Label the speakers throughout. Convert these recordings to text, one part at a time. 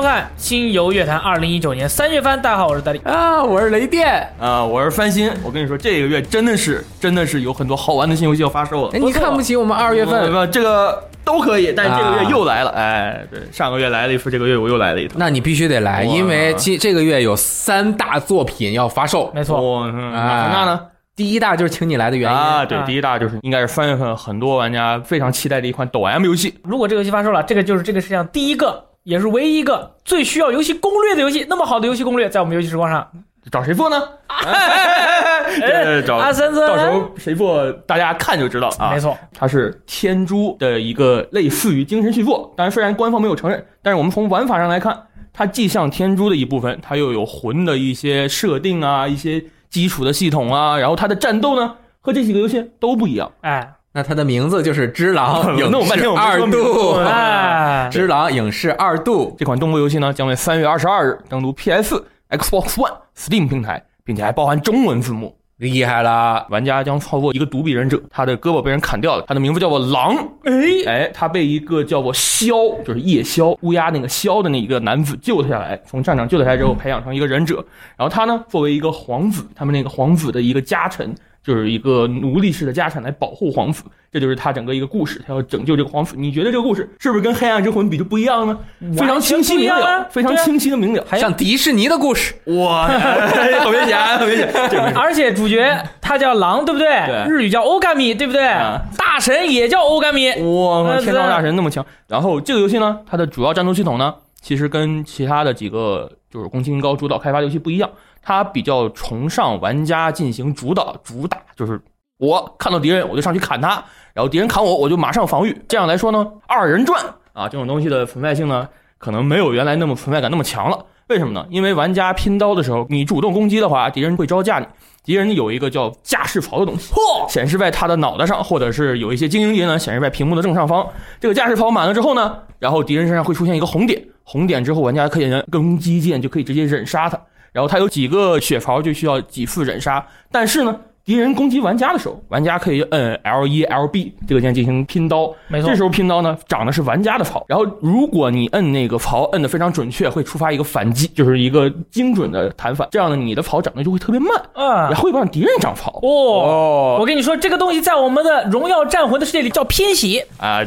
Speaker 1: 看新游乐坛二零一九年三月番。大家好，我是大力。
Speaker 2: 啊，我是雷电。
Speaker 3: 啊、我是翻新。我跟你说，这个月真的是真的是有很多好玩的新游戏要发售了。呃
Speaker 2: 哎，你看不起我们二月份？
Speaker 3: 不这个都可以，但是这个
Speaker 2: 啊
Speaker 3: 月又来了。哎，对，上个月来了一次，这个月我又来了一趟。
Speaker 2: 那你必须得来，
Speaker 3: 哇
Speaker 2: 因为这这个月有三大作品要发售。
Speaker 1: 没错，
Speaker 3: 我嗯，
Speaker 2: 哎
Speaker 3: 那恒大呢？
Speaker 2: 第一大就是请你来的原因，
Speaker 3: 啊，对
Speaker 1: 啊，
Speaker 3: 第一大就是应该是三月份很多玩家非常期待的一款抖 M 游戏。
Speaker 1: 如果这个游戏发售了，这个就是这个世界上第一个，也是唯一一个最需要游戏攻略的游戏。那么好的游戏攻略，在我们游戏时光上，
Speaker 3: 找谁做呢？哎哎哎哎哎找
Speaker 1: 阿
Speaker 2: 嗯
Speaker 1: 森森，
Speaker 3: 到时候谁做，大家看就知道啊
Speaker 1: 没。错，
Speaker 3: 它是天珠的一个类似于精神续作，当然虽然官方没有承认，但是我们从玩法上来看，它既像天珠的一部分，它又有魂的一些设定啊，一些基础的系统啊，然后它的战斗呢和这几个游戏都不一样。
Speaker 1: 哎
Speaker 2: 那它的名字就是《只狼影
Speaker 3: 弄了半
Speaker 2: 视
Speaker 3: 哦天我没
Speaker 2: 二
Speaker 3: 说明
Speaker 2: 度》
Speaker 3: 白
Speaker 1: 哎，
Speaker 2: 《只狼影视二度
Speaker 3: 这款动作游戏呢，将在三月二十二日登陆 PS、Xbox One、Steam 平台，并且还包含中文字幕。》，
Speaker 2: 厉害了！
Speaker 3: 玩家将操作一个独臂忍者，他的胳膊被人砍掉了，他的名字叫做狼。哎哎，他被一个叫做枭，就是夜枭乌鸦那个枭的那一个男子救了下来，从战场救了下来之后，培养成一个忍者。然后他呢，作为一个皇子，他们那个皇子的一个家臣，就是一个奴隶式的家臣来保护皇子，这就是他整个一个故事，他要拯救这个皇子。你觉得这个故事是不是跟《黑暗之魂》比就不一样呢？非常清晰明
Speaker 1: 完全不一样啊
Speaker 3: 了，非常
Speaker 1: 对啊
Speaker 3: 清晰的明了。
Speaker 1: 还有
Speaker 2: 像迪士尼的故事，
Speaker 3: 哇，好明显，好明显， 这没
Speaker 1: 而且主角他叫狼，对不对？
Speaker 3: 对
Speaker 1: 日语叫欧甘米，对不对
Speaker 3: 啊？
Speaker 1: 大神也叫欧甘米，
Speaker 3: 哇，
Speaker 1: 呃
Speaker 3: 天道大神那么强。然后这个游戏呢，它的主要战斗系统呢，其实跟其他的几个就是宫崎英高主导开发的游戏不一样，它比较崇尚玩家进行主导主打，就是我看到敌人我就上去砍他，然后敌人砍我我就马上防御。这样来说呢，二人转啊这种东西的存在性呢，可能没有原来那么存在感那么强了。为什么呢？因为玩家拼刀的时候，你主动攻击的话，敌人会招架你。敌人有一个叫架势槽的东西，
Speaker 1: 嚯，
Speaker 3: 显示在他的脑袋上，或者是有一些精英敌人呢显示在屏幕的正上方。这个驾驶槽满了之后呢，然后敌人身上会出现一个红点，红点之后玩家可以人攻击键就可以直接忍杀他。然后他有几个血槽就需要几次忍杀，但是呢，敌人攻击玩家的时候，玩家可以摁 L 一 L B 这个键进行拼刀，
Speaker 1: 没错
Speaker 3: 这时候拼刀呢，长的是玩家的槽，然后如果你摁那个槽摁的非常准确，会触发一个反击，就是一个精准的弹反，这样呢，你的槽长得就会特别慢，
Speaker 1: 啊
Speaker 3: 然，后会让敌人长槽。
Speaker 1: 哦。
Speaker 3: 哦
Speaker 1: 我跟你说，这个东西在我们的《荣耀战魂》的世界里叫偏斜。
Speaker 3: 啊，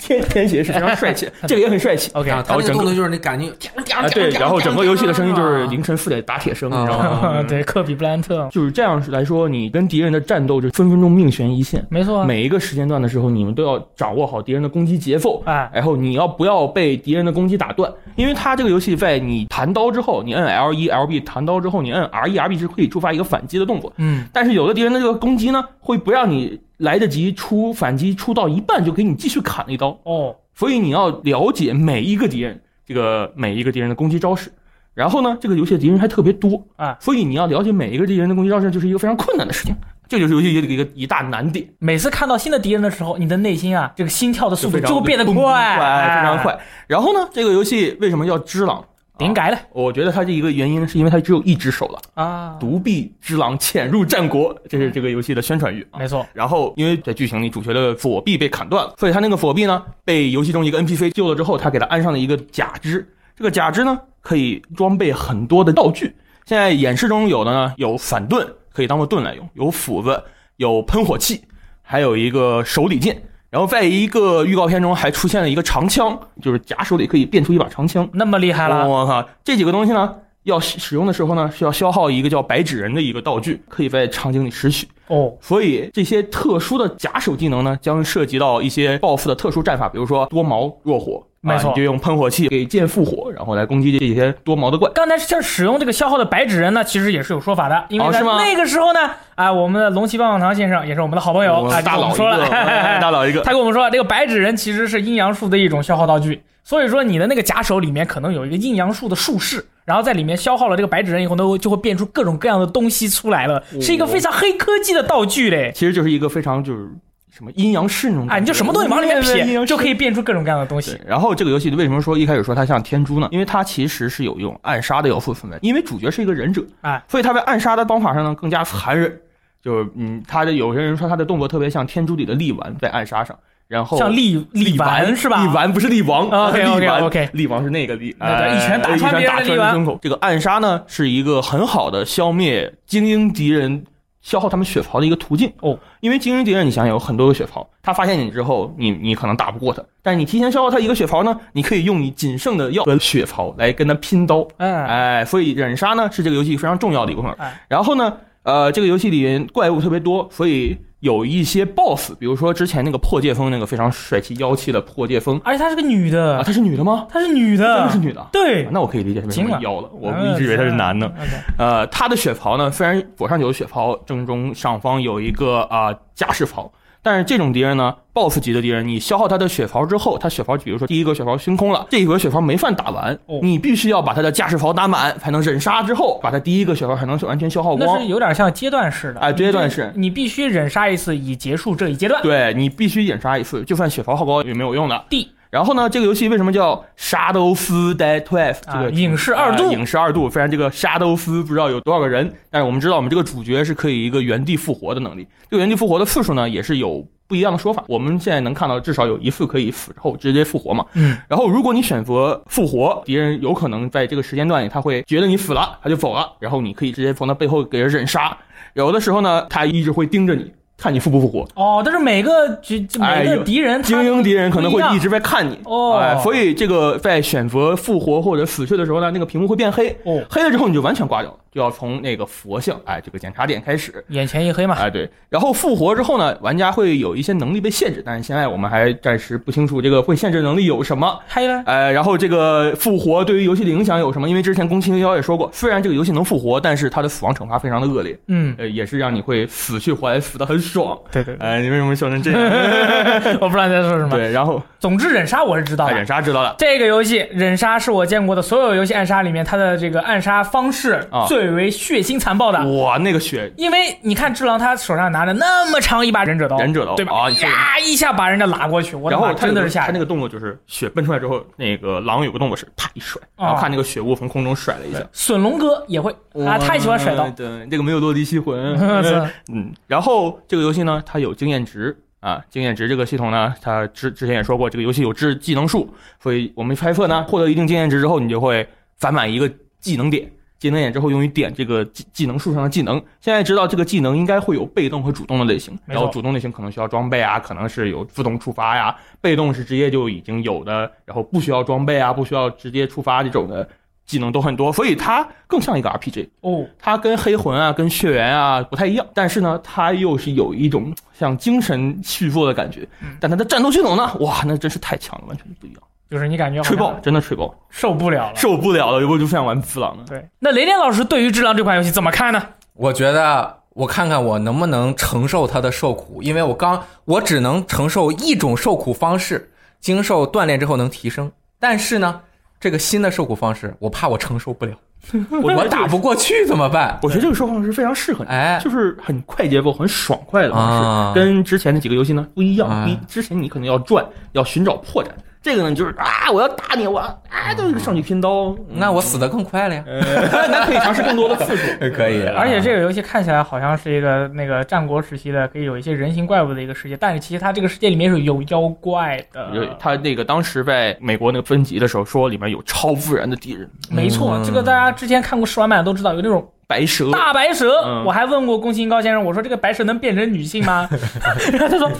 Speaker 3: 天天邪是非常 帅气，这个也很帅气。
Speaker 1: OK，
Speaker 2: 啊，它那
Speaker 3: 然后
Speaker 2: 个
Speaker 3: 整个
Speaker 2: 动作就是那感觉，
Speaker 3: 啊，对，然后整个游戏的声音就是凌晨四点打铁声，你知道吗？
Speaker 1: 啊
Speaker 3: 嗯
Speaker 1: 对，科比布莱恩特，
Speaker 3: 就是这样来说，你跟敌人的战斗就分分钟命悬一线。
Speaker 1: 没错啊，
Speaker 3: 每一个时间段的时候，你们都要掌握好敌人的攻击节奏，
Speaker 1: 哎，
Speaker 3: 然后你要不要被敌人的攻击打断？因为它这个游戏在你弹刀之后，你摁 L 一 L B 弹刀之后，你摁 R 一 R B 是可以触发一个反击的动作。
Speaker 1: 嗯，
Speaker 3: 但是有的敌人的这个攻击呢，会不让你来得及出反击，出到一半就给你继续砍一刀。
Speaker 1: 哦，
Speaker 3: 所以你要了解每一个敌人，这个每一个敌人的攻击招式。然后呢，这个游戏的敌人还特别多
Speaker 1: 啊
Speaker 3: 所以你要了解每一个敌人的攻击招式，就是一个非常困难的事情。这就是游戏里的一个一大难点，
Speaker 1: 每次看到新的敌人的时候，你的内心啊，这个心跳的速度
Speaker 3: 嗯非常
Speaker 1: 就会变得
Speaker 3: 砰砰
Speaker 1: 哎
Speaker 3: 非常。快。然后呢，这个游戏为什么叫只狼？
Speaker 1: 顶改了
Speaker 3: 我觉得它这一个原因是因为它只有一只手了，
Speaker 1: 啊，
Speaker 3: 独臂之狼潜入战国，这是这个游戏的宣传语啊。
Speaker 1: 没错，
Speaker 3: 然后因为在剧情里主角的左臂被砍断了，所以他那个左臂呢被游戏中一个 NPC 救了之后，他给他安上了一个假肢。这个假肢呢可以装备很多的道具，现在演示中有的呢有反盾可以当做盾来用，有斧子，有喷火器，还有一个手里剑。然后在一个预告片中还出现了一个长枪，就是假手里可以变出一把长枪。
Speaker 1: 那么厉害了，
Speaker 3: 我靠，这几个东西呢，要使使用的时候呢，需要消耗一个叫白纸人的一个道具，可以在场景里拾取。
Speaker 1: 哦，
Speaker 3: 所以这些特殊的假手技能呢，将涉及到一些 BOSS 的特殊战法，比如说多矛弱火，
Speaker 1: 没错
Speaker 3: 啊你就用喷火器给剑复火，然后来攻击这些多毛的怪。
Speaker 1: 刚才这使用这个消耗的白纸人呢，其实也是有说法的，因为
Speaker 3: 哦
Speaker 1: 在
Speaker 3: 是吗
Speaker 1: 那个时候呢，啊，我们的龙骑棒棒糖先生也是我们的好朋友，啊，
Speaker 3: 大
Speaker 1: 就跟我
Speaker 3: 佬
Speaker 1: 们
Speaker 3: 一
Speaker 1: 说
Speaker 3: 个，
Speaker 1: 了，
Speaker 3: 哎大佬 一个，
Speaker 1: 他跟我们说，这个白纸人其实是阴阳术的一种消耗道具，所以说你的那个假手里面可能有一个阴阳术的术士，然后在里面消耗了这个白纸人以后呢，就会变出各种各样的东西出来了，
Speaker 3: 嗯
Speaker 1: 是一个非常黑科技的道具嘞。
Speaker 3: 其实就是一个非常就是什么阴阳师那种感觉
Speaker 1: 啊，你就什么东
Speaker 3: 嗯
Speaker 1: 西往里面
Speaker 3: 阴
Speaker 1: 撇，
Speaker 3: 阳师
Speaker 1: 就可以变出各种各样的东西
Speaker 3: 对。，然后这个游戏为什么说一开始说它像天珠呢？因为它其实是有一种暗杀的要素存在，因为主角是一个忍者，
Speaker 1: 哎，
Speaker 3: 所以他在暗杀的方法上呢更加残忍。就是嗯，他的有些人说他的动作特别像天珠里的力丸在暗杀上，然后
Speaker 1: 像力
Speaker 3: 力
Speaker 1: 丸是吧？啊
Speaker 3: 力丸不是力王
Speaker 1: OK，OK，
Speaker 3: 力丸
Speaker 1: OK
Speaker 3: 力王是那个力，哎
Speaker 1: 那个一拳打穿别人的
Speaker 3: 一拳打穿
Speaker 1: 力丸
Speaker 3: 胸口。这个暗杀呢，是一个很好的消灭精英敌人、消耗他们血槽的一个途径
Speaker 1: 哦。
Speaker 3: 因为精英敌人，你想想有很多个血槽，他发现你之后，你你可能打不过他，但是你提前消耗他一个血槽呢，你可以用你仅剩的药和血槽来跟他拼刀。
Speaker 1: 嗯，
Speaker 3: 哎，所以忍杀呢是这个游戏非常重要的一部分
Speaker 1: 哎。
Speaker 3: 然后呢，呃，这个游戏里面怪物特别多，所以有一些 BOSS，比如说之前那个破戒风那个非常帅气妖气的破戒风
Speaker 1: 而且她是个女
Speaker 3: 啊，
Speaker 1: 的，
Speaker 3: 她是女的吗？
Speaker 1: 她是女
Speaker 3: 真
Speaker 1: 的
Speaker 3: 的是，女的啊。
Speaker 1: 对嗯
Speaker 3: 啊，那我可以理解是
Speaker 1: 行
Speaker 3: 为
Speaker 1: 了
Speaker 3: 什么妖了，我一直以为她是男的。
Speaker 1: OK，
Speaker 3: 呃，她的血槽呢，虽然左上角有血槽，正中上方有一个啊、加士槽，但是这啊种敌人呢，BOSS 级的敌人，你消耗他的血槽之后，他血槽比如说第一个血槽清空了，这一轮血槽没算打完，
Speaker 1: 哦
Speaker 3: 你必须要把他的驾驶槽打满，才能忍杀之后把他第一个血槽才能完全消耗
Speaker 1: 那
Speaker 3: 光
Speaker 1: 是。有点像阶段式的
Speaker 3: 哎阶段式
Speaker 1: 你必须忍杀一次以结束这一阶段。
Speaker 3: 对你必须忍杀一次，就算血槽耗高也没有用的。
Speaker 1: D
Speaker 3: 然后呢，这个游戏为什么叫《沙兜斯 Die Twice》？这
Speaker 1: 啊
Speaker 3: 个
Speaker 1: 影视二度
Speaker 3: 啊影视二度。虽然这个沙兜斯不知道有多少个人，但是我们知道我们这个主角是可以一个原地复活的能力。这个原地复活的次数呢，也是有不一样的说法。我们现在能看到至少有一次可以死后直接复活嘛。
Speaker 1: 嗯。
Speaker 3: 然后如果你选择复活，敌人有可能在这个时间段里他会觉得你死了，他就走了，然后你可以直接从他背后给人忍杀。有的时候呢，他一直会盯着你，看你复不复活。
Speaker 1: 哦，但是每个这这
Speaker 3: 哎
Speaker 1: 每
Speaker 3: 有
Speaker 1: 个敌人，
Speaker 3: 精英敌人可能会一
Speaker 1: 直
Speaker 3: 直在看你
Speaker 1: 哦
Speaker 3: 哎，所以这个在选择复活或者死去的时候呢，那个屏幕会变黑，
Speaker 1: 哦，
Speaker 3: 黑了之后你就完全挂掉了，就要从那个佛像哎这个检查点开始，
Speaker 1: 眼前一黑嘛。
Speaker 3: 哎对，然后复活之后呢，玩家会有一些能力被限制，但是现在我们还暂时不清楚这个会限制能力有什么。
Speaker 1: 黑了，
Speaker 3: 呃，然后这个复活对于游戏的影响有什么？因为之前宫崎英高也说过，虽然这个游戏能复活，但是它的死亡惩罚非常的恶劣，
Speaker 1: 嗯，
Speaker 3: 呃，也是让你会死去活来，死的很爽。
Speaker 1: 对对，
Speaker 3: 哎，你为什么笑成这样？
Speaker 1: 我不知道你在说什么。
Speaker 3: 对，然后
Speaker 1: 总之，忍杀我是知道
Speaker 3: 哎，
Speaker 1: 的
Speaker 3: 忍。杀知道了。
Speaker 1: 这个游戏忍杀是我见过的所有游戏暗杀里面，它的这个暗杀方式
Speaker 3: 啊
Speaker 1: 最为血腥残暴的。
Speaker 3: 哇，那个血
Speaker 1: 因为你看，智狼他手上拿着那么长一把忍者刀，
Speaker 3: 忍者刀
Speaker 1: 对吧？哎
Speaker 3: 啊你说的
Speaker 1: 呀，一下把人家拉过去，我的
Speaker 3: 然后
Speaker 1: 妈，
Speaker 3: 他
Speaker 1: 真的是吓
Speaker 3: 他那
Speaker 1: 人。
Speaker 3: 个动作就是血奔出来之后，那个狼有个动作是啪一甩，
Speaker 1: 啊
Speaker 3: 然后看那个血雾从空中甩了一下。
Speaker 1: 损龙哥也会啊，他也喜欢甩刀
Speaker 3: 嗯。对，这个没有落地吸魂。
Speaker 1: 是
Speaker 3: 嗯，然后这个游戏呢，它有经验值啊，经验值这个系统呢，它之之前也说过，这个游戏有制技能树，所以我们猜测呢，获得一定经验值之后，你就会反满一个技能点。技能点之后用于点这个技技能树上的技能，现在知道这个技能应该会有被动和主动的类型，
Speaker 1: 没错
Speaker 3: 然后主动类型可能需要装备啊，可能是有自动触发呀，被动是直接就已经有的，然后不需要装备啊，不需要直接触发这种的技能都很多，所以它更像一个 RPG。
Speaker 1: 哦，
Speaker 3: 它跟黑魂啊、跟血缘啊不太一样，但是呢，它又是有一种像精神续作的感觉。但它的战斗系统呢，哇，那真是太强了，完全不一样，
Speaker 1: 就是你感觉好
Speaker 3: 吹
Speaker 1: 像
Speaker 3: 爆，真的吹爆，
Speaker 1: 受不了了。
Speaker 3: 受不了了，我就想玩次郎了。
Speaker 1: 对，那雷电老师对于《智狼》这款游戏怎么看呢？
Speaker 2: 我觉得我看看我能不能承受他的受苦，因为我刚我只能承受一种受苦方式，经受锻炼之后能提升。但是呢，这个新的受苦方式，我怕我承受不了，
Speaker 3: 我
Speaker 2: 我打，不过去怎么办？
Speaker 3: 我觉得这个说法是非常适合你，
Speaker 2: 哎，
Speaker 3: 就是很快节奏、很爽快的方
Speaker 2: 啊
Speaker 3: 式，跟之前的几个游戏呢不一样
Speaker 2: 啊。
Speaker 3: 你之前你可能要转，要寻找破绽，这个呢你就是啊，我要打你，我啊，就是上去拼刀。
Speaker 2: 那我死得更快了呀。，
Speaker 3: 哎 那可以尝试更多的次数
Speaker 2: 可以
Speaker 3: 对
Speaker 2: 啊
Speaker 1: 而且这个游戏看起来好像是一个那个战国时期的，可以有一些人形怪物的一个世界，但是其实它这个世界里面是有妖怪
Speaker 3: 有
Speaker 1: 的。
Speaker 3: 他那个当时在美国那个分级的时候说，里面有超自然的敌人，
Speaker 1: 没错，
Speaker 2: 嗯
Speaker 1: 这个大家之前看过试玩版都知道，有那种
Speaker 3: 白蛇。
Speaker 1: 大白蛇。
Speaker 3: 嗯
Speaker 1: 我还问过宫崎英高先生，我说这个白蛇能变成女性吗？ 然后他说。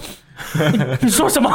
Speaker 1: 你你说什么？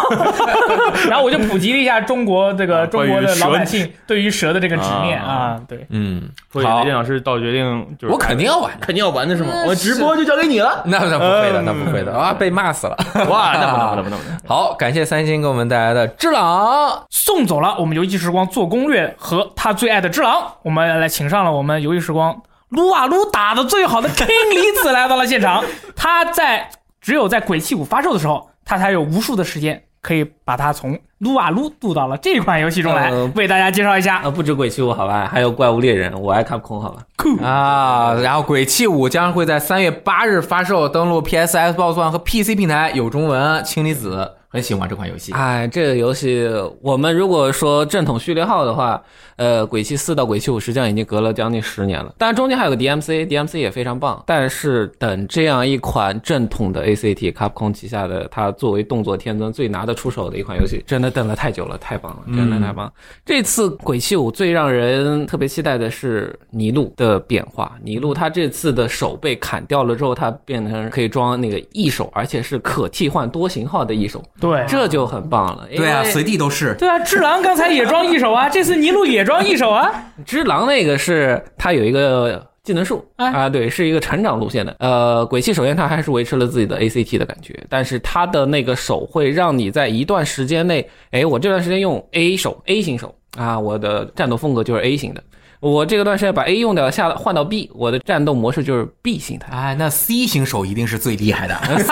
Speaker 1: 然后我就普及了一下中国这个
Speaker 3: 啊
Speaker 1: 中
Speaker 3: 关于
Speaker 1: 国的老百
Speaker 3: 蛇
Speaker 1: 姓对于蛇的这个执念
Speaker 3: 啊
Speaker 1: 啊，对，
Speaker 2: 嗯，
Speaker 3: 所以
Speaker 2: 好
Speaker 3: 雷，电老师到决定就是
Speaker 2: 我肯定要玩的。
Speaker 3: 肯定要玩的是吗？
Speaker 2: 嗯
Speaker 3: 我直播就交给你了。
Speaker 2: 那那不会的，
Speaker 3: 嗯
Speaker 2: 那不会的啊！被骂死了。
Speaker 3: 哇，那不 能不能不能不能！
Speaker 2: 好，感谢三星给我们带来的《只狼
Speaker 1: 送走了我们游戏时光做攻略和他最爱的只狼，我们呃来请上了我们游戏时光撸啊撸打的最好的 King 李子来到了现场。他在只有在鬼泣五发售的时候，他才有无数的时间可以把它从撸啊撸渡到了这款游戏中来
Speaker 4: 嗯。
Speaker 1: 为大家介绍一下，
Speaker 4: 啊，不止鬼泣五好吧，还有怪物猎人，我爱看空好吧。》
Speaker 2: 啊，然后《鬼泣五》将会在三月八日发售，登陆 PS、Xbox One 和 PC 平台，有中文。氢离子很喜欢这款游戏。
Speaker 4: 哎，这个游戏我们如果说正统序列号的话，呃，鬼泣四到鬼泣五实际上已经隔了将近十年了，但是中间还有个 DMC，DMC 也非常棒。但是等这样一款正统的 ACT Capcom 旗下的，它作为动作天尊最拿得出手的一款游戏，真的等了太久了，太棒了，真的太棒了。这次鬼泣五最让人特别期待的是尼禄的变化，尼禄他这次的手被砍掉了之后，他变成可以装那个异手，而且是可替换多型号的异手。
Speaker 1: 对，
Speaker 4: 这就很棒了。
Speaker 2: 对啊，
Speaker 4: 因为
Speaker 2: 随地都是。
Speaker 1: 对啊，智狼刚才也装一手啊，这次尼禄也装一手啊，
Speaker 4: 只狼那个是它有一个技能树
Speaker 1: 哎
Speaker 4: 啊，对，是一个成长路线的。呃，鬼泣首先它还是维持了自己的 ACT 的感觉，但是它的那个手会让你在一段时间内，哎，我这段时间用 A 手 A 型手啊，我的战斗风格就是 A 型的。我这个段时间把 A 用掉，下换到 B，我的战斗模式就是 B 形 态。
Speaker 2: 哎，那 C 型手一定是最厉 害
Speaker 1: 嗯
Speaker 2: 的。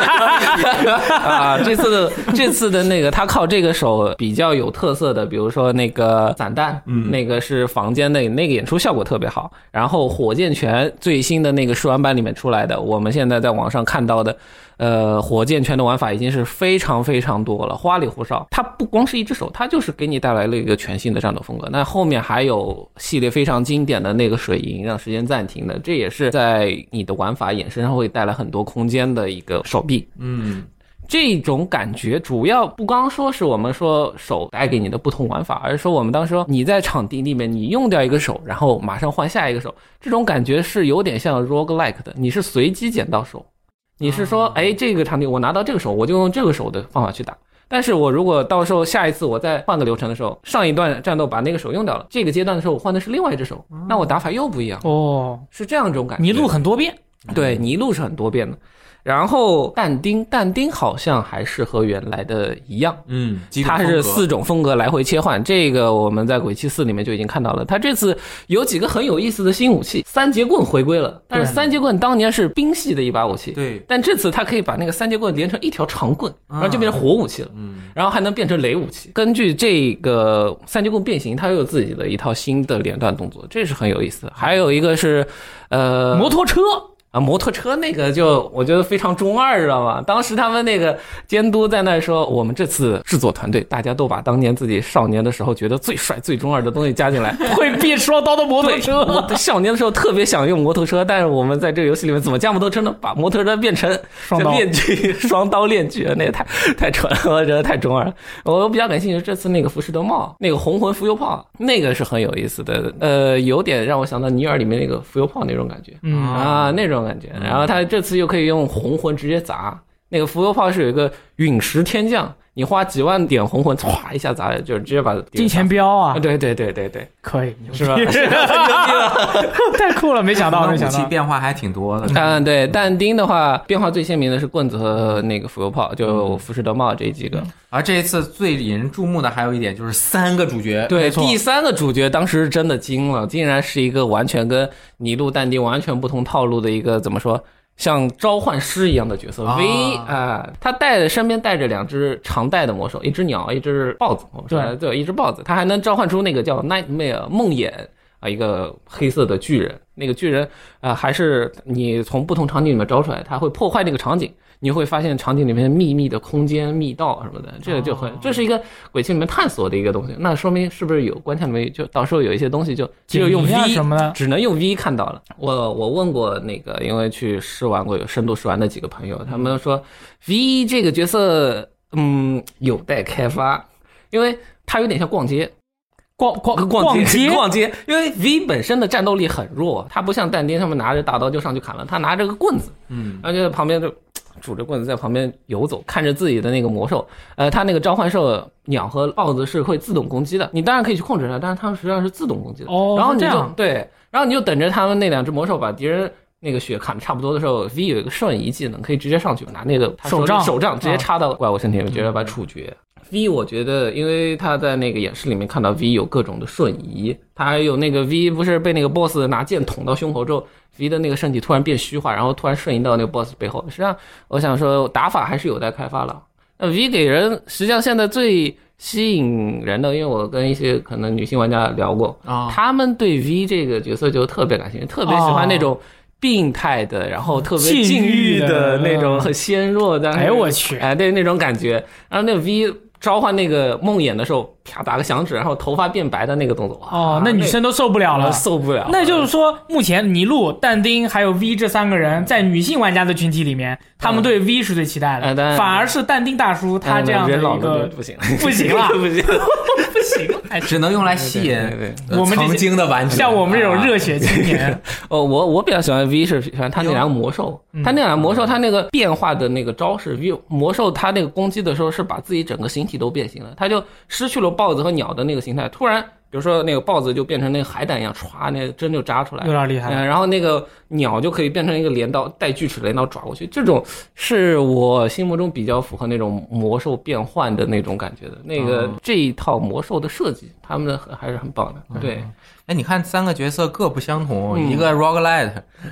Speaker 4: 啊，这次的这次的那个，他靠这个手比较有特色的，比如说那个散弹，嗯，那个是房间内那个演出效果特别好。然后火箭拳最新的那个试玩版里面出来的，我们现在在网上看到的，呃，火箭拳的玩法已经是非常非常多了，花里胡哨。它不光是一只手，它就是给你带来了一个全新的战斗风格。那后面还有系列非常经典的那个水银，让时间暂停的，这也是在你的玩法衍生上会带来很多空间的一个手臂。
Speaker 2: 嗯，
Speaker 4: 这种感觉主要不光说是我们说手带给你的不同玩法，而是说我们当时说你在场地里面你用掉一个手，然后马上换下一个手，这种感觉是有点像 roguelike 的，你是随机捡到手，你是说，哎，这个场地我拿到这个手，我就用这个手的方法去打。但是我如果到时候下一次我再换个流程的时候，上一段战斗把那个手用掉了，这个阶段的时候我换的是另外一只手，那我打法又不一样，
Speaker 1: 哦，
Speaker 4: 是这样一种感觉。
Speaker 1: 尼禄很多变，
Speaker 2: 嗯
Speaker 4: 对，泥路是很多变的。然后但丁，但丁好像还是和原来的一样，
Speaker 2: 嗯，几种
Speaker 4: 它
Speaker 2: 风格
Speaker 4: 是四种风格来回切换。这个我们在《鬼泣四》里面就已经看到了。它这次有几个很有意思的新武器，三节棍回归了，但是
Speaker 1: 对
Speaker 4: 三节棍当年是冰系的一把武器，
Speaker 2: 对，
Speaker 4: 但这次它可以把那个三节棍连成一条长棍，然后就变成火武器
Speaker 1: 啊
Speaker 4: 了。
Speaker 2: 嗯，
Speaker 4: 然后还能变成雷武器。根据这个三节棍变形，它又有自己的一套新的连段动作，这是很有意思的。还有一个是，呃，
Speaker 1: 摩托车
Speaker 4: 啊，摩托车那个就我觉得非常中二，知道吗？当时他们那个监督在那说，我们这次制作团队大家都把当年自己少年的时候觉得最帅、最中二的东西加进来。
Speaker 1: 会变双刀的摩托
Speaker 4: 对，我
Speaker 1: 车，
Speaker 4: 的少年的时候特别想用摩托车，但是我们在这个游戏里面怎么加摩托车呢？把摩托车变成
Speaker 1: 双刀
Speaker 4: 这链锯，双刀链锯，那也太太蠢了，我觉得太中二了。我比较感兴趣这次那个浮士德帽，那个红魂浮游炮，那个是很有意思的，呃，有点让我想到尼尔里面那个浮游炮那种感觉。
Speaker 1: 嗯，
Speaker 4: 啊，那种感觉。然后他这次又可以用红魂直接砸，那个浮游炮是有一个陨石天降，你花几万点红魂，唰一下砸，就是直接把敌人
Speaker 1: 金钱
Speaker 4: 砸死
Speaker 1: 镖啊
Speaker 4: 啊，，对对对对对，
Speaker 1: 可以，
Speaker 4: 是吧？
Speaker 1: 太酷了，没想到，没
Speaker 2: 武
Speaker 1: 想
Speaker 2: 器
Speaker 1: 到，
Speaker 2: 变化还挺多 的。
Speaker 4: 嗯，对，但丁的话变化最鲜明的是棍子和那个浮游炮，
Speaker 1: 嗯
Speaker 4: 就浮士德帽这几个。
Speaker 2: 而这一次最引人注目的还有一点就是三个主角，
Speaker 4: 对，
Speaker 1: 没错
Speaker 4: 第三个主角当时真的惊了，竟然是一个完全跟尼禄、但丁完全不同套路的一个怎么说？像召唤师一样的角色
Speaker 2: 啊
Speaker 4: V 啊，他带着身边带着两只常带的魔兽，一只鸟，一只豹子，我们说
Speaker 1: 对
Speaker 4: 对，一只豹子，他还能召唤出那个叫 Nightmare 梦魇啊，一个黑色的巨人，那个巨人啊，还是你从不同场景里面招出来，它会破坏那个场景，你会发现场景里面密密的空间、密道什么的，这个就
Speaker 1: 哦
Speaker 4: 很，这是一个鬼泣里面探索的一个东西。那说明是不是有关卡里面就到时候有一些东西就只有用
Speaker 1: 解谜啊
Speaker 4: V
Speaker 1: 什么的
Speaker 4: 只能用 V 看到了。我我问过那个，因为去试玩过有深度试玩的几个朋友，他们说 V 这个角色，嗯，有待开发，因为它有点像逛街，
Speaker 1: 逛哦逛
Speaker 4: 逛
Speaker 1: 街，
Speaker 4: 逛街，因为 V 本身的战斗力很弱，他不像但丁他们拿着大刀就上去砍了，他拿着个棍子，
Speaker 2: 嗯，
Speaker 4: 然后就在旁边就拄着棍子在旁边游走，看着自己的那个魔兽。呃，他那个召唤兽鸟和豹子是会自动攻击的，你当然可以去控制它，但是它们实际上是自动攻击的。
Speaker 1: 哦
Speaker 4: 然后你
Speaker 1: 是这
Speaker 4: 就
Speaker 1: 样
Speaker 4: 对，然后你就等着他们那两只魔兽把敌人。那个血砍的差不多的时候，V 有一个瞬移技能，可以直接上去拿那个他说
Speaker 1: 手
Speaker 4: 的
Speaker 1: 杖
Speaker 4: 手杖直接
Speaker 1: 啊
Speaker 4: 插到怪物身体里面，直接把它处决。V 我觉得，因为他在那个演示里面看到 V 有各种的瞬移，他还有那个 V 不是被那个 boss 拿剑捅到胸口之后，V 的那个身体突然变虚化，然后突然瞬移到那个 boss 背后。实际上，我想说打法还是有待开发了。那 V 给人实际上现在最吸引人的，因为我跟一些可能女性玩家聊过，
Speaker 1: 哦
Speaker 2: 啊，
Speaker 4: 他们对 V 这个角色就特别感兴趣，特别喜欢那种。病态的，然后特别
Speaker 1: 禁欲
Speaker 4: 禁欲的
Speaker 1: 的嗯
Speaker 4: 那种很纤弱的，
Speaker 1: 哎呦我去
Speaker 4: 哎对那种感觉。然后那 V 召唤那个梦魇的时候，啪打个响指，然后头发变白的那个动作，哇
Speaker 1: 哦，那女生都受不了
Speaker 4: 我
Speaker 1: 了。
Speaker 4: 受不了，
Speaker 1: 那就是说，目前尼禄、但丁还有 V 这三个
Speaker 4: 嗯
Speaker 1: 人在女性玩家的群体里面，他们对 V 是最期待
Speaker 4: 哎当
Speaker 1: 的，
Speaker 4: 然嗯
Speaker 1: 反而是但丁大叔他这样的
Speaker 4: 哎人老
Speaker 1: 一
Speaker 4: 了
Speaker 1: 个
Speaker 4: 就不行，
Speaker 1: 不行了，
Speaker 4: 不行，
Speaker 1: 不行了，还是
Speaker 2: 只能用来吸引
Speaker 4: 对对对
Speaker 2: 呃
Speaker 1: 我们这些
Speaker 2: 曾经的玩家，啊
Speaker 1: 像我们这种热血青 年，
Speaker 4: 哦，我我比较喜欢 V 是喜欢他那两个魔兽，他那两个
Speaker 1: 嗯
Speaker 4: 魔兽，他那个变化的那个招式，V 魔兽他那个攻击的时候是把自己整个形体都变形了，他就失去了豹子和鸟的那个形态，突然比如说那个豹子就变成那个海胆一样，歘，那个针就扎出来
Speaker 1: 有，点厉害。
Speaker 4: 嗯，然后那个鸟就可以变成一个镰刀，带锯齿镰刀抓过去，这种是我心目中比较符合那种魔兽变换的那种感觉的。那
Speaker 2: 哦
Speaker 4: 个这一套魔兽的设计，他们的还是很棒的。对，
Speaker 2: 哎，你看三个角色各不相同，
Speaker 4: 嗯
Speaker 2: 一个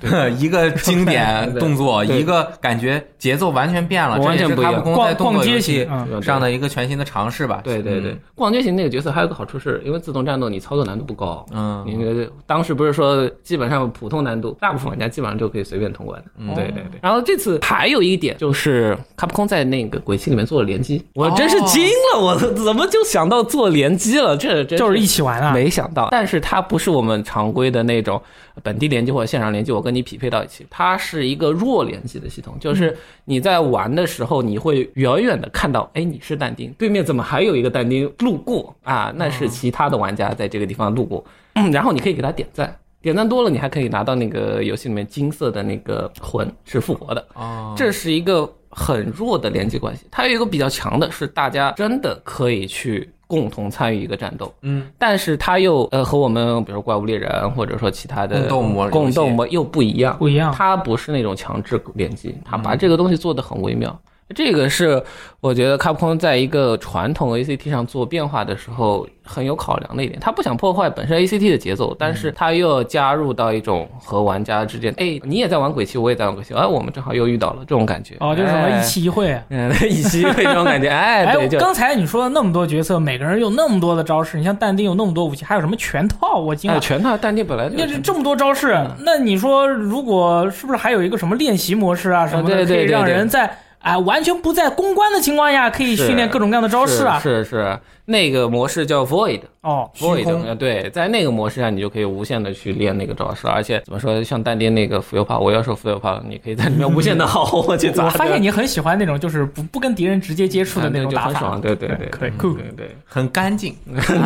Speaker 2: roguelite，一 个经典
Speaker 4: 对
Speaker 2: 动作，
Speaker 4: 对
Speaker 2: 一个感觉节奏完全变了，
Speaker 4: 完
Speaker 2: 这
Speaker 4: 全
Speaker 2: 也
Speaker 4: 不
Speaker 2: 是
Speaker 4: 一
Speaker 2: 卡
Speaker 4: 样
Speaker 2: 普空在
Speaker 1: 逛
Speaker 2: 动
Speaker 1: 逛
Speaker 2: 作游
Speaker 1: 街
Speaker 2: 戏
Speaker 1: 型，嗯，
Speaker 2: 上的一个全新的尝试吧。
Speaker 4: 对对对
Speaker 2: 嗯，，
Speaker 4: 逛街型那个角色还有个好处是，因为自动战斗，你操作难度不高。
Speaker 2: 嗯
Speaker 4: 你那个当时不是说基本上普通难度，大部分玩家基本上就可以随便通关的。
Speaker 2: 嗯
Speaker 4: 对对对。然后这次还有一点就是，卡普空在那个鬼泣里面做了哦联机，我真是惊了，我怎么就想到做联机了？这真
Speaker 1: 就是一起玩啊。
Speaker 4: 没想到，但是它不是我们常规的那种本地联机或者线上联机，我跟你匹配到一起，它是一个弱联机的系统，就是你在玩的时候，你会远远的看到，哎，你是但丁，对面怎么还有一个但丁路过啊？那是其他的玩家在这个地方路过，嗯然后你可以给他点赞。点赞多了，你还可以拿到那个游戏里面金色的那个魂，是复活的。
Speaker 2: 哦，
Speaker 4: 这是一个很弱的联机关系。它有一个比较强的是，大家真的可以去共同参与一个战斗。
Speaker 2: 嗯，
Speaker 4: 但是它又呃和我们比如说怪物猎人或者说其他的
Speaker 2: 共斗模游戏
Speaker 4: 共斗模又不一样，
Speaker 1: 不一样
Speaker 4: 它不是那种强制联机，它把这个东西做得很微妙。这个是我觉得卡普空在一个传统 ACT 上做变化的时候很有考量的一点，他不想破坏本身 ACT 的节奏，但是他又要加入到一种和玩家之间，哎，你也在玩鬼泣，我也在玩鬼泣，哎，我们正好又遇到了这种感觉，
Speaker 1: 哦，就是什么一期一会。
Speaker 4: 哎，嗯， 一期会这种感觉，哎，
Speaker 1: 哎
Speaker 4: 对，，就
Speaker 1: 刚才你说的那么多角色，每个人有那么多的招式，你像但丁有那么多武器，还有什么全套？我惊
Speaker 4: 哎
Speaker 1: 了，
Speaker 4: 全嗯套，但你本来就
Speaker 1: 那这这么多招式，那你说如果是不是还有一个什么练习模式啊什么
Speaker 4: 啊
Speaker 1: 的，
Speaker 4: 对对
Speaker 1: 可以让
Speaker 4: 对对
Speaker 1: 人在哎完全不在公关的情况下，可以
Speaker 4: 是
Speaker 1: 训练各种各样的招式啊？
Speaker 4: 是是是，那个模式叫 Void。
Speaker 1: 哦，
Speaker 2: 虚
Speaker 4: Void
Speaker 2: 空
Speaker 4: 呃对，在那个模式下，你就可以无限的去练那个招式，而且怎么说，像但丁那个浮游炮，我要说浮游炮，你可以在里面无限的耗 我去砸。
Speaker 1: 我发现你很喜欢那种就是不不跟敌人直接接触的那
Speaker 4: 那
Speaker 1: 种
Speaker 4: 就
Speaker 1: 打
Speaker 4: 很
Speaker 1: 法啊
Speaker 4: 爽，，啊对对对，
Speaker 1: 可以
Speaker 4: 嗯
Speaker 1: 酷
Speaker 4: 对对，
Speaker 2: 很干净，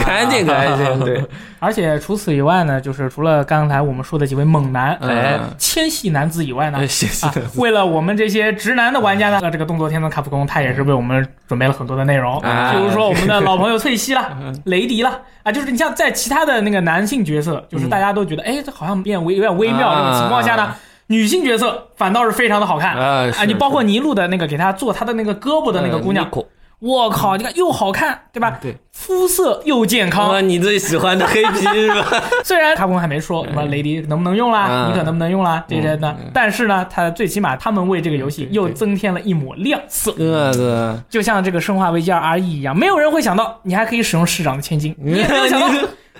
Speaker 4: 干净干净，对，
Speaker 1: 而且除此以外呢，就是除了刚才我们说的几位猛男，
Speaker 4: 嗯
Speaker 1: 哎，纤细男子以外呢
Speaker 4: 哎，谢谢
Speaker 1: 啊。，为了我们这些直男的玩家呢，那呃这个动作天团卡普空，他也是为我们准备了很多的内容，
Speaker 4: 啊嗯
Speaker 1: 比如说我们的老朋友翠西啦、雷迪啦，啊，就是你像在其他的那个男性角色，就是大家都觉得，哎，这好像变微有点微妙
Speaker 4: 嗯啊
Speaker 1: 这种情况下呢。女性角色反倒是非常的好看
Speaker 4: 啊是
Speaker 1: 你包括尼禄的那个给她做她的那个胳膊的那个姑娘
Speaker 4: 呃，，Nico
Speaker 1: 我靠，你看又好看，对吧？
Speaker 4: 对，
Speaker 1: 肤色又健康，
Speaker 4: 啊，你最喜欢的黑皮是吧？
Speaker 1: 虽然嗯卡普空还没说什么雷迪能不能用啦，
Speaker 4: 嗯
Speaker 1: 尼克能不能用啦这些呢，但是呢，它最起码他们为这个游戏又增添了一抹亮色，
Speaker 4: 哥哥，
Speaker 1: 就像这个《生化危机二 RE》一样，没有人会想到你还可以使用市长的千 金，你也没有想到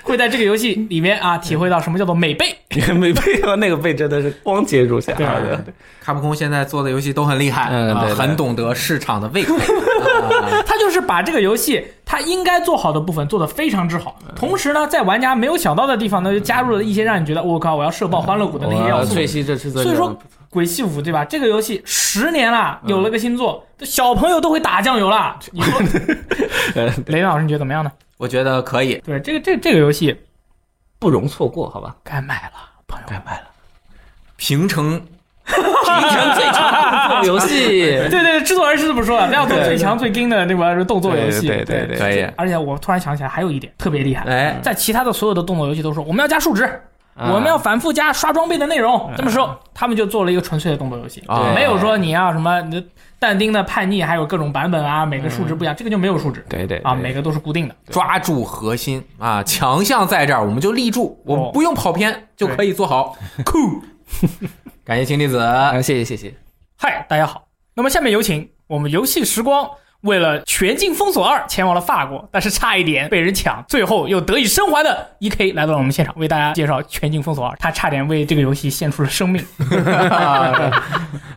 Speaker 1: 会在这个游戏里面啊体会到什么叫做美背。
Speaker 4: 没背到那个背真的是光洁如瑕
Speaker 1: 对啊
Speaker 4: 的，
Speaker 2: 卡普空现在做的游戏都很厉害，
Speaker 4: 嗯
Speaker 2: 啊
Speaker 4: 对对
Speaker 2: 很懂得市场的胃 口。啊
Speaker 1: 他就是把这个游戏他应该做好的部分做得非常之好，同时呢，在玩家没有想到的地方呢，就加入了一些让你觉得我靠我要社爆欢乐谷的那些要
Speaker 4: 我
Speaker 1: 素。
Speaker 4: 最西这次做
Speaker 1: 所以
Speaker 4: 的
Speaker 1: 说，《嗯鬼泣五》对吧？这个游戏十年了，有了个新作，这小朋友都会打酱油了。你说， 雷老师你觉得怎么样呢？
Speaker 2: 我觉得可以，
Speaker 1: 对，这个这个这个游戏
Speaker 4: 不容错过，好吧？
Speaker 1: 该买了，朋友该买了。
Speaker 2: 平成
Speaker 4: 游戏
Speaker 1: 对对对，制作人是这么说的，要做最强最精的那个动作游戏。
Speaker 4: 对对对
Speaker 2: 可以。
Speaker 1: 而且我突然想起来，还有一点特别厉害，
Speaker 2: 哎，
Speaker 1: 在其他的所有的动作游戏都说我们要加数值，
Speaker 4: 啊
Speaker 1: 我们要反复加刷装备的内容。这么说，他们就做了一个纯粹的动作游戏，
Speaker 2: 啊
Speaker 1: 没有说你要什么你的但丁的叛逆，还有各种版本啊，每个数值不一样，这个就没有数值。
Speaker 4: 对对
Speaker 1: 啊，
Speaker 4: 对
Speaker 1: 每个都是固定的。
Speaker 2: 抓住核心啊，强项在这儿，我们就立
Speaker 4: 哦
Speaker 2: 住，我们不用跑偏就可以做好。 酷，感谢氢离子，
Speaker 4: 啊，谢谢谢谢。
Speaker 1: 嗨，大家好。那么下面有请我们游戏时光为了《全境封锁二》前往了法国，但是差一点被人抢，最后又得以生还的 E.K 来到了我们现场，为大家介绍《全境封锁二》，他差点为这个游戏献出了生命。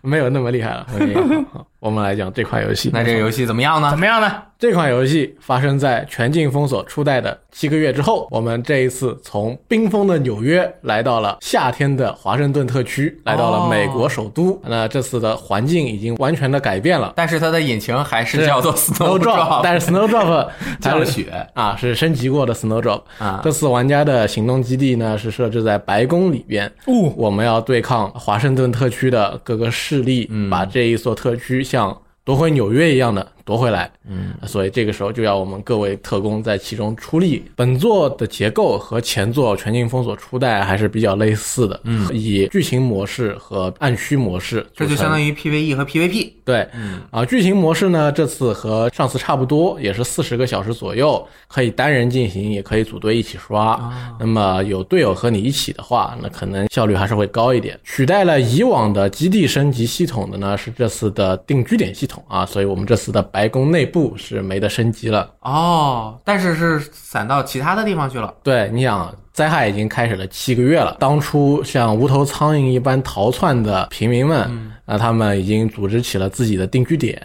Speaker 5: 没有那么厉害 了。没有好我们来讲这款游戏。
Speaker 2: 那这个游戏怎么样呢
Speaker 1: 怎？么样呢？
Speaker 5: 这款游戏发生在《全境封锁》初代的七个月之后，我们这一次从冰封的纽约来到了夏天的华盛顿特区，来到了
Speaker 2: 哦
Speaker 5: 美国首都。那这次的环境已经完全的改 变了。
Speaker 2: 但是它的引擎还是
Speaker 5: 是
Speaker 2: 叫做
Speaker 5: Snowdrop，
Speaker 2: Snowdrop，
Speaker 5: 但 是 Snowdrop
Speaker 2: 降
Speaker 5: 还
Speaker 2: 了
Speaker 5: 是
Speaker 2: 雪
Speaker 5: 啊，是升级过的 Snowdrop。
Speaker 2: 啊
Speaker 5: 这次玩家的行动基地呢是设置在白宫里边，
Speaker 1: 哦，
Speaker 5: 我们要对抗华盛顿特区的各个势力，
Speaker 2: 嗯
Speaker 5: 把这一座特区像夺回纽约一样的夺回来。
Speaker 2: 嗯，
Speaker 5: 所以这个时候就要我们各位特工在其中出力。本作的结构和前作《全境封锁》初代还是比较类似的，嗯，以剧情模式和暗区模式组
Speaker 2: 这
Speaker 5: 成，
Speaker 2: 就相当于 PVE 和 PVP。
Speaker 5: 对，啊，剧情模式呢，这次和上次差不多，也是四十个小时左右，可以单人进行，也可以组队一起刷。那么有队友和你一起的话，那可能效率还是会高一点。取代了以往的基地升级系统的呢，是这次的定居点系统啊，所以我们这次的白宫内部是没得升级了。
Speaker 2: 哦，但是是散到其他的地方去了。
Speaker 5: 对，你想灾害已经开始了七个月了，当初像无头苍蝇一般逃窜的平民们，啊，他们已经组织起了自己的定居点。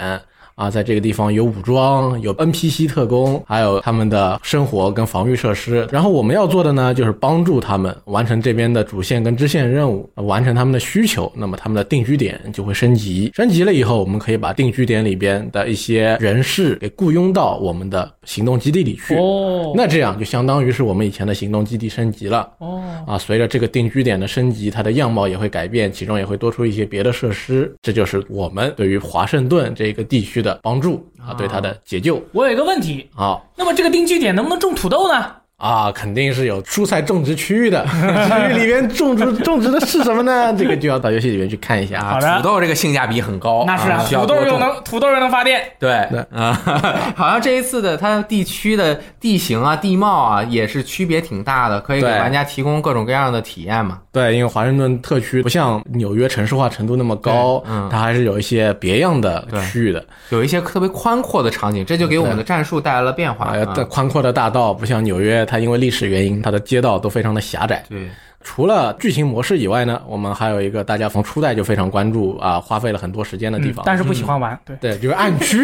Speaker 5: 啊，在这个地方有武装，有 NPC 特工，还有他们的生活跟防御设施。然后我们要做的呢，就是帮助他们完成这边的主线跟支线任务，完成他们的需求。那么他们的定居点就会升级，升级了以后，我们可以把定居点里边的一些人士给雇佣到我们的行动基地里去。
Speaker 1: 哦，
Speaker 5: 那这样就相当于是我们以前的行动基地升级了
Speaker 1: 哦，
Speaker 5: 啊！随着这个定居点的升级，它的样貌也会改变，其中也会多出一些别的设施。这就是我们对于华盛顿这个地区的帮助啊，对它的解救
Speaker 1: 我有一个问题，
Speaker 5: 啊
Speaker 1: 那么这个定居点能不能种土豆呢？
Speaker 5: 啊，肯定是有蔬菜种植区 域的，区域里边种植种植的是什么呢？这个就要到游戏里面去看一下啊。
Speaker 1: 好的
Speaker 2: 土豆这个性价比很高，
Speaker 1: 那是
Speaker 2: 啊，
Speaker 1: 啊，
Speaker 2: 需
Speaker 1: 土
Speaker 2: 要多
Speaker 1: 豆又
Speaker 2: 种
Speaker 1: 能土豆又能发电，
Speaker 2: 对
Speaker 5: 对
Speaker 2: 啊， 好像这一次的它地区的地形啊、地貌啊也是区别挺大的，可以给
Speaker 5: 对
Speaker 2: 玩家提供各种各样的体验嘛。
Speaker 5: 对，因为华盛顿特区不像纽约城市化程度那么高，
Speaker 2: 对嗯
Speaker 5: 它还是有一些别样的
Speaker 2: 对
Speaker 5: 区域的。
Speaker 2: 有一些特别宽阔的场景，这就给我们的战术带来了变化。
Speaker 1: 哎
Speaker 5: 啊，
Speaker 2: 啊
Speaker 5: 要宽阔的大道，不像纽约，它因为历史原因，它的街道都非常的狭窄。
Speaker 1: 哎
Speaker 2: 对，
Speaker 5: 除了剧情模式以外呢，我们还有一个大家从初代就非常关注啊，花费了很多时间的地
Speaker 1: 嗯
Speaker 5: 方，
Speaker 1: 但是不喜欢玩，对。
Speaker 5: 对，就是暗 区，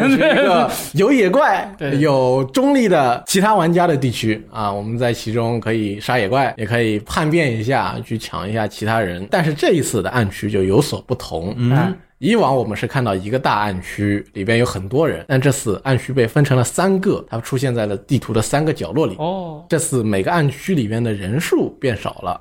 Speaker 5: 就是一个有野怪、
Speaker 1: 对
Speaker 5: 有中立的其他玩家的地区啊。我们在其中可以杀野怪，也可以叛变一下，去抢一下其他人。但是这一次的暗区就有所不同。
Speaker 1: 嗯，
Speaker 5: 以往我们是看到一个大暗区里边有很多人，但这次暗区被分成了三个，它出现在了地图的三个角落里。
Speaker 1: 哦，
Speaker 5: 这次每个暗区里边的人数变少了，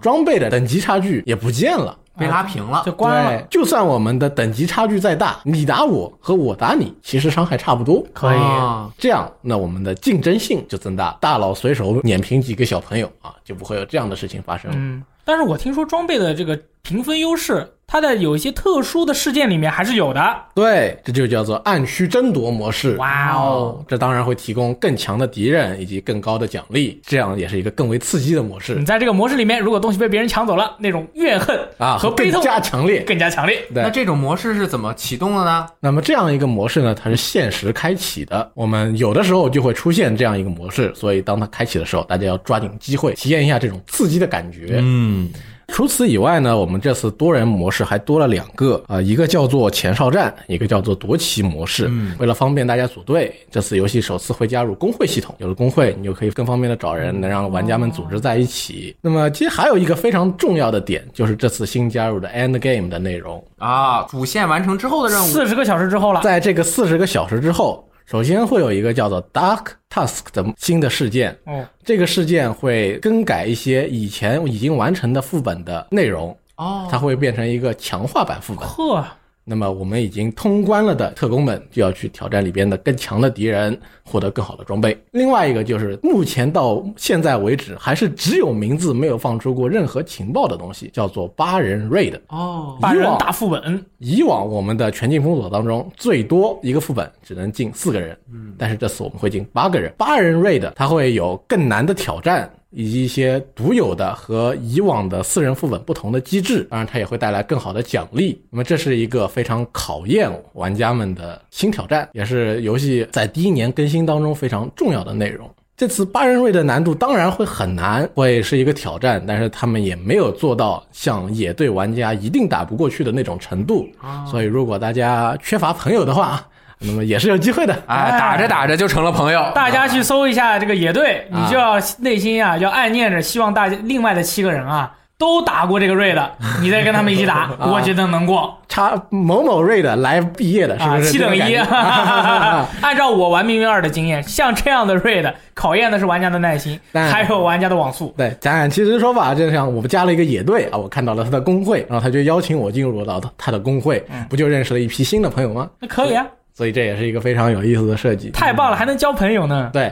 Speaker 5: 装备的等级差距也不见了。
Speaker 2: 被拉平了
Speaker 1: 就。关了，
Speaker 5: 对，就算我们的等级差距再大，你打我和我打你，其实伤害差不多。
Speaker 1: 可以。
Speaker 2: 啊
Speaker 5: 这样，那我们的竞争性就增大，大佬随手碾平几个小朋友啊，就不会有这样的事情发生。
Speaker 1: 嗯，但是我听说装备的这个评分优势，它在有一些特殊的事件里面还是有的。
Speaker 5: 对，这就叫做暗区争夺模式。
Speaker 1: 哇哦，
Speaker 5: 这当然会提供更强的敌人以及更高的奖励，这样也是一个更为刺激的模式
Speaker 1: 你在这个模式里面，如果东西被别人抢走了，那种怨恨
Speaker 5: 啊，
Speaker 1: 和悲
Speaker 5: 更
Speaker 1: 痛
Speaker 5: 加强烈。
Speaker 1: 更加强烈。
Speaker 5: 对
Speaker 2: 那这种模式是怎么启动的呢？
Speaker 5: 那么这样一个模式呢，它是限时开启的。我们有的时候就会出现这样一个模式，所以当它开启的时候，大家要抓紧机会，体验一下这种刺激的感觉。
Speaker 2: 嗯，
Speaker 5: 除此以外呢，我们这次多人模式还多了两个啊、呃一个叫做前哨战，一个叫做夺旗模式。嗯，为了方便大家组队，这次游戏首次会加入工会系统，有了工会，你就可以更方便的找人，能让玩家们组织在一起。那么其实还有一个非常重要的点，就是这次新加入的 End Game 的内容。
Speaker 2: 啊，主线完成之后的任务
Speaker 1: 四十个小时之后了，
Speaker 5: 在这个四十个小时之后，首先会有一个叫做 Dark Task 的新的事件。
Speaker 1: 哦，
Speaker 5: 这个事件会更改一些以前已经完成的副本的内容，
Speaker 2: 哦，
Speaker 5: 它会变成一个强化版副本。
Speaker 1: 呵，
Speaker 5: 那么我们已经通关了的特工们就要去挑战里边的更强的敌人，获得更好的装备。另外一个就是目前到现在为止还是只有名字没有放出过任何情报的东西，叫做八人 raid。
Speaker 2: 哦，
Speaker 1: 把
Speaker 5: 以
Speaker 1: 人
Speaker 5: 往
Speaker 1: 打副本，
Speaker 5: 以往我们的全境封锁当中，最多一个副本只能进四个人，嗯，但是这次我们会进八个人。八人 raid 它会有更难的挑战，以及一些独有的和以往的四人副本不同的机制，当然它也会带来更好的奖励。那么这是一个非常考验玩家们的新挑战，也是游戏在第一年更新当中非常重要的内容。这次八人瑞的难度当然会很难，会是一个挑战，但是他们也没有做到像野队玩家一定打不过去的那种程度。
Speaker 1: 啊
Speaker 5: 所以如果大家缺乏朋友的话啊，那么也是有机会的。
Speaker 2: 哎，打着打着就成了朋友。
Speaker 1: 大家去搜一下这个野队，
Speaker 5: 啊
Speaker 1: 你就要内心啊要暗念着，希望大家另外的七个人啊都打过这个瑞的，你再跟他们一起 打，
Speaker 5: 啊
Speaker 1: 我觉得能过
Speaker 5: 差某某瑞的来毕业的，是
Speaker 1: 啊，
Speaker 5: 不是
Speaker 1: 七
Speaker 5: 这
Speaker 1: 等
Speaker 5: 种感
Speaker 1: 一。
Speaker 5: 觉？
Speaker 1: 按照我玩命运二的经验，像这样的瑞的，考验的是玩家的耐 心，
Speaker 5: 但
Speaker 1: 还有玩家的网速。
Speaker 5: 对，咱俩其实说法就像我们加了一个野队啊，我看到了他的工会，然后他就邀请我进入到他的工会，
Speaker 1: 嗯
Speaker 5: 不就认识了一批新的朋友吗？
Speaker 1: 那可以啊，
Speaker 5: 所以这也是一个非常有意思的设计。
Speaker 1: 太棒了，还能交朋友呢。
Speaker 5: 对，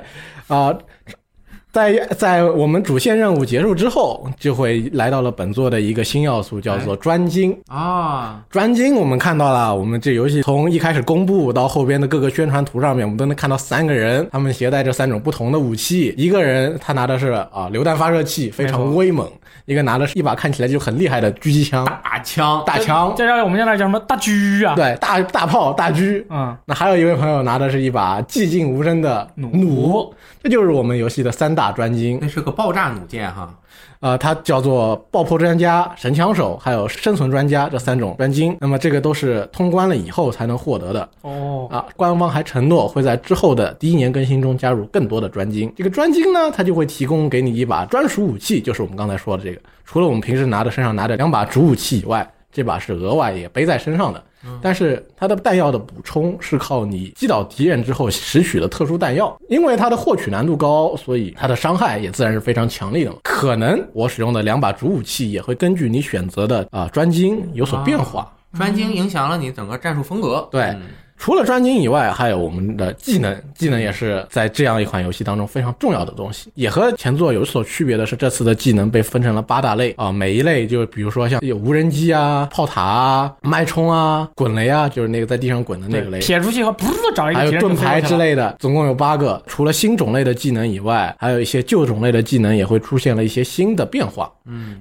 Speaker 5: 啊、在在我们主线任务结束之后，就会来到了本作的一个新要素，叫做专精。
Speaker 2: 啊，
Speaker 5: 专精我们看到了，我们这游戏从一开始公布到后边的各个宣传图上面，我们都能看到三个人，他们携带着三种不同的武器。一个人他拿的是啊榴弹发射器，非常威猛；一个拿的是一把看起来就很厉害的狙击枪、
Speaker 2: 打枪，
Speaker 5: 大枪，
Speaker 1: 这叫我们现在叫什么大狙啊？
Speaker 5: 嗯对，大大炮、大狙。
Speaker 1: 嗯，
Speaker 5: 那还有一位朋友拿的是一把寂静无声的弩，这就是我们游戏的三大专精。
Speaker 2: 那是个爆炸弩箭哈。
Speaker 5: 呃，它叫做爆破专家、神枪手，还有生存专家这三种专精。那么这个都是通关了以后才能获得的
Speaker 1: 哦，
Speaker 5: 啊。官方还承诺会在之后的第一年更新中加入更多的专精。这个专精呢，它就会提供给你一把专属武器，就是我们刚才说的这个。除了我们平时拿的身上拿着两把主武器以外，这把是额外也背在身上的。但是它的弹药的补充是靠你击倒敌人之后拾取的特殊弹药，因为它的获取难度高，所以它的伤害也自然是非常强力的嘛。可能我使用的两把主武器也会根据你选择的啊、专精有所变化。
Speaker 2: 专精影响了你整个战术风格。
Speaker 5: 对
Speaker 2: 嗯
Speaker 5: 除了专精以外，还有我们的技能，技能也是在这样一款游戏当中非常重要的东西。也和前作有所区别的是，这次的技能被分成了八大类啊、每一类就比如说像有无人机啊、炮塔啊、脉冲啊、滚雷啊，就是那个在地上滚的那个雷，
Speaker 1: 撇出去以后，噗，找一
Speaker 5: 哎还
Speaker 1: 个
Speaker 5: 有
Speaker 1: 敌人就
Speaker 5: 盾牌
Speaker 1: 飞过去
Speaker 5: 之
Speaker 1: 了。
Speaker 5: 类的，总共有八个。除了新种类的技能以外，还有一些旧种类的技能也会出现了一些新的变化。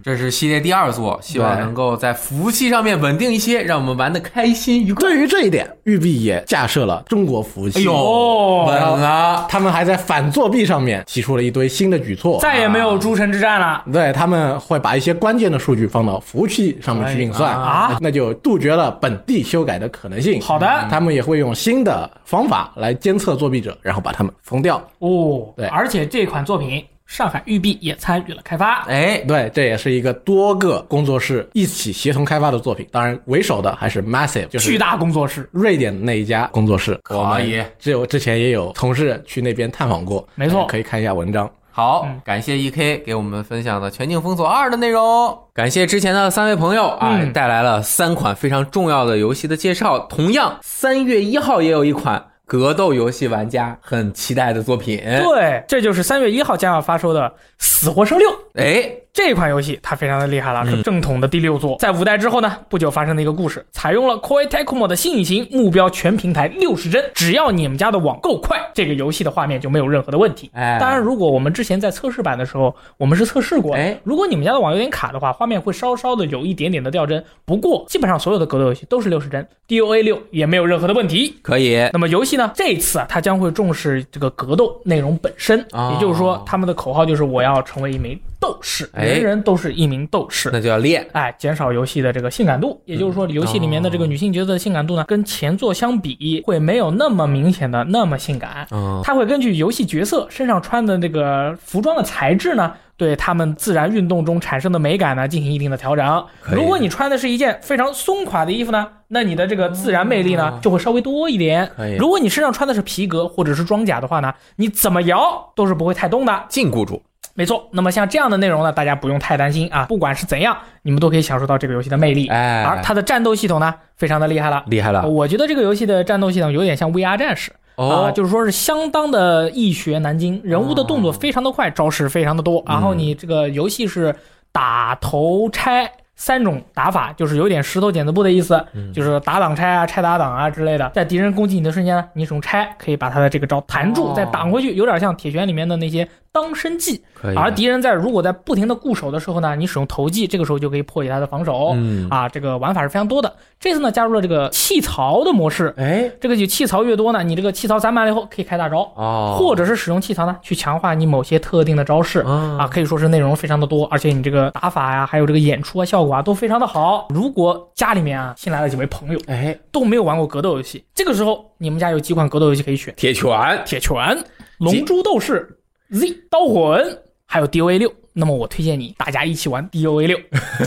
Speaker 2: 这是系列第二作，希望
Speaker 5: 对
Speaker 2: 能够在服务器上面稳定一些，让我们玩的开心愉快。
Speaker 5: 对于这一点，育碧也架设了中国服务器。
Speaker 2: 哎呦，
Speaker 1: 哦
Speaker 2: 稳了！
Speaker 5: 他们还在反作弊上面提出了一堆新的举措，
Speaker 1: 再也没有诸城之战了。
Speaker 5: 对，他们会把一些关键的数据放到服务器上面去运算
Speaker 1: 啊，
Speaker 5: 那就杜绝了本地修改的可能性。
Speaker 1: 好的
Speaker 5: 他们也会用新的方法来监测作弊者，然后把他们封掉。
Speaker 1: 哦，
Speaker 5: 对
Speaker 1: 而且这款作品上海育碧也参与了开发。
Speaker 2: 哎，
Speaker 5: 对，这也是一个多个工作室一起协同开发的作品，当然为首的还是 Massive，就是
Speaker 1: 巨大工作室，
Speaker 5: 瑞典那一家工作室。
Speaker 2: 可以
Speaker 5: 我们只有之前也有同事去那边探访过，
Speaker 1: 没错
Speaker 5: 可以看一下文章。
Speaker 2: 好
Speaker 1: 嗯，
Speaker 2: 感谢 E K 给我们分享的《全境封锁二》的内容，感谢之前的三位朋友啊，
Speaker 1: 嗯
Speaker 2: 带来了三款非常重要的游戏的介绍。同样，三月一号也有一款格斗游戏玩家很期待的作品。
Speaker 5: 哎
Speaker 1: 对，这就是三月一号将要发售的《死活生六》
Speaker 2: 哎，
Speaker 1: 这款游戏，它非常的厉害
Speaker 2: 嗯
Speaker 1: 了，是正统的第六作。在五代之后呢，不久发生的一个故事，采用了 Koei Tecmo 的新引擎，目标全平台六十帧，只要你们家的网够快，这个游戏的画面就没有任何的问题。
Speaker 2: 哎
Speaker 1: 当然，如果我们之前在测试版的时候，我们是测试过的。
Speaker 2: 哎
Speaker 1: 如果你们家的网有点卡的话，画面会稍稍的有一点点的掉帧。不过，基本上所有的格斗游戏都是六十帧，DOA 六也没有任何的问题。
Speaker 2: 可以，
Speaker 1: 那么游戏呢，这一次啊，它将会重视这个格斗内容本身，
Speaker 2: 哦
Speaker 1: 也就是说，他们的口号就是我要成为一名斗士，
Speaker 2: 哎
Speaker 1: 人人都是一名斗士。
Speaker 2: 那嗯就要练。
Speaker 1: 哎，减少游戏的这个性感度，也就是说，游戏里面的
Speaker 2: 哦
Speaker 1: 这个女性角色的性感度呢，跟前作相比，会没有那么明显的那么性感。
Speaker 2: 嗯，
Speaker 1: 它会根据游戏角色身上穿的这个服装的材质呢，对他们自然运动中产生的美感呢进行一定的调整。
Speaker 2: 可以
Speaker 1: 如果你穿的是一件非常松垮的衣服呢，那你的这个自然魅力
Speaker 2: 哦
Speaker 1: 呢就会稍微多一点
Speaker 2: 可以。
Speaker 1: 如果你身上穿的是皮革或者是装甲的话呢，你怎么摇都是不会太冻的。
Speaker 2: 禁锢住。
Speaker 1: 没错，那么像这样的内容呢，大家不用太担心啊，不管是怎样，你们都可以享受到这个游戏的魅力。
Speaker 2: 哎啊
Speaker 1: 而它的战斗系统呢，非常的厉害了。
Speaker 2: 厉害了
Speaker 1: 我觉得这个游戏的战斗系统有点像 VR 战士，啊、
Speaker 2: 哦，
Speaker 1: 就是说是相当的易学难精，人物的动作非常的快，招式非常的
Speaker 2: 嗯
Speaker 1: 多，然后你这个游戏是打头拆。三种打法就是有点石头剪子布的意思，
Speaker 2: 嗯
Speaker 1: 就是打挡拆啊、拆打挡啊之类的。在敌人攻击你的瞬间呢，你使用拆可以把他的这个招弹住，
Speaker 2: 哦
Speaker 1: 再挡回去，有点像铁拳里面的那些当身技，
Speaker 2: 可以
Speaker 1: 而敌人在如果在不停的固守的时候呢，你使用投技，这个时候就可以破解他的防守。
Speaker 2: 嗯，
Speaker 1: 啊，这个玩法是非常多的。这次呢，加入了这个弃槽的模式，
Speaker 2: 哎，
Speaker 1: 这个就弃槽越多呢，你这个弃槽攒满了以后可以开大招，
Speaker 2: 哦，
Speaker 1: 或者是使用弃槽呢去强化你某些特定的招式。
Speaker 2: 啊
Speaker 1: 啊，可以说是内容非常的多，而且你这个打法呀、还有这个演出啊、效果啊，都非常的好。如果家里面啊新来了几位朋友
Speaker 2: 哎，
Speaker 1: 都没有玩过格斗游戏，这个时候你们家有几款格斗游戏可以选：
Speaker 2: 铁拳，
Speaker 1: 铁拳、龙珠斗士、Z 刀魂，还有 DOA 六。那么我推荐你大家一起玩 DOA 六，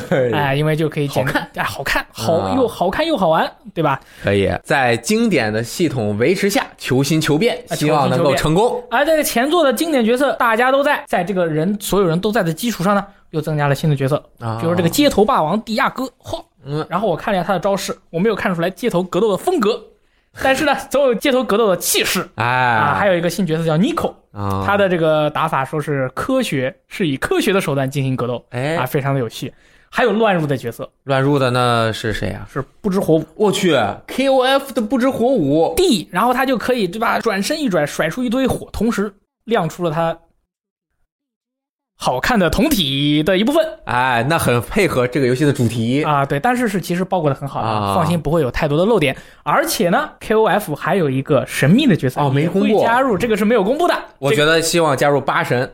Speaker 1: 哎，因为就可以简单，哎，好看，好
Speaker 2: 啊
Speaker 1: 又好看又好玩，对吧？
Speaker 2: 可以在经典的系统维持下求新求变，
Speaker 1: 啊
Speaker 2: 希望能够成功。
Speaker 1: 而这个前作的经典角色大家都在，在这个人所有人都在的基础上呢，又增加了新的角色，
Speaker 2: 啊
Speaker 1: 比如这个街头霸王迪亚哥，嚯，
Speaker 2: 嗯，
Speaker 1: 然后我看了一下他的招式，我没有看出来街头格斗的风格，但是呢，总有街头格斗的气势
Speaker 2: 哎，
Speaker 1: 啊。还
Speaker 2: 有
Speaker 1: 有一个新角色叫 Nico，
Speaker 2: 啊，
Speaker 1: 他的这个打法说是科学，是以科学的手段进行格斗啊，
Speaker 2: 哎，
Speaker 1: 非常的有趣。还有乱入的角色
Speaker 2: 乱入的那是谁啊？
Speaker 1: 是不知火舞
Speaker 2: 我去，KOF 的不知火舞
Speaker 1: D，然后他就可以对吧，转身一拽，甩出一堆火，同时亮出了他好看的胴体的一部分
Speaker 2: 哎，那很配合这个游戏的主题。
Speaker 1: 啊，对，但是是其实包裹的很好的，
Speaker 2: 哎啊
Speaker 1: 放心不会有太多的漏点。而且呢，KOF 还有一个神秘的角色
Speaker 2: 哦没公布
Speaker 1: 也会加入，这个是没有公布的。
Speaker 2: 我
Speaker 1: 这个
Speaker 2: 觉得希望加入八神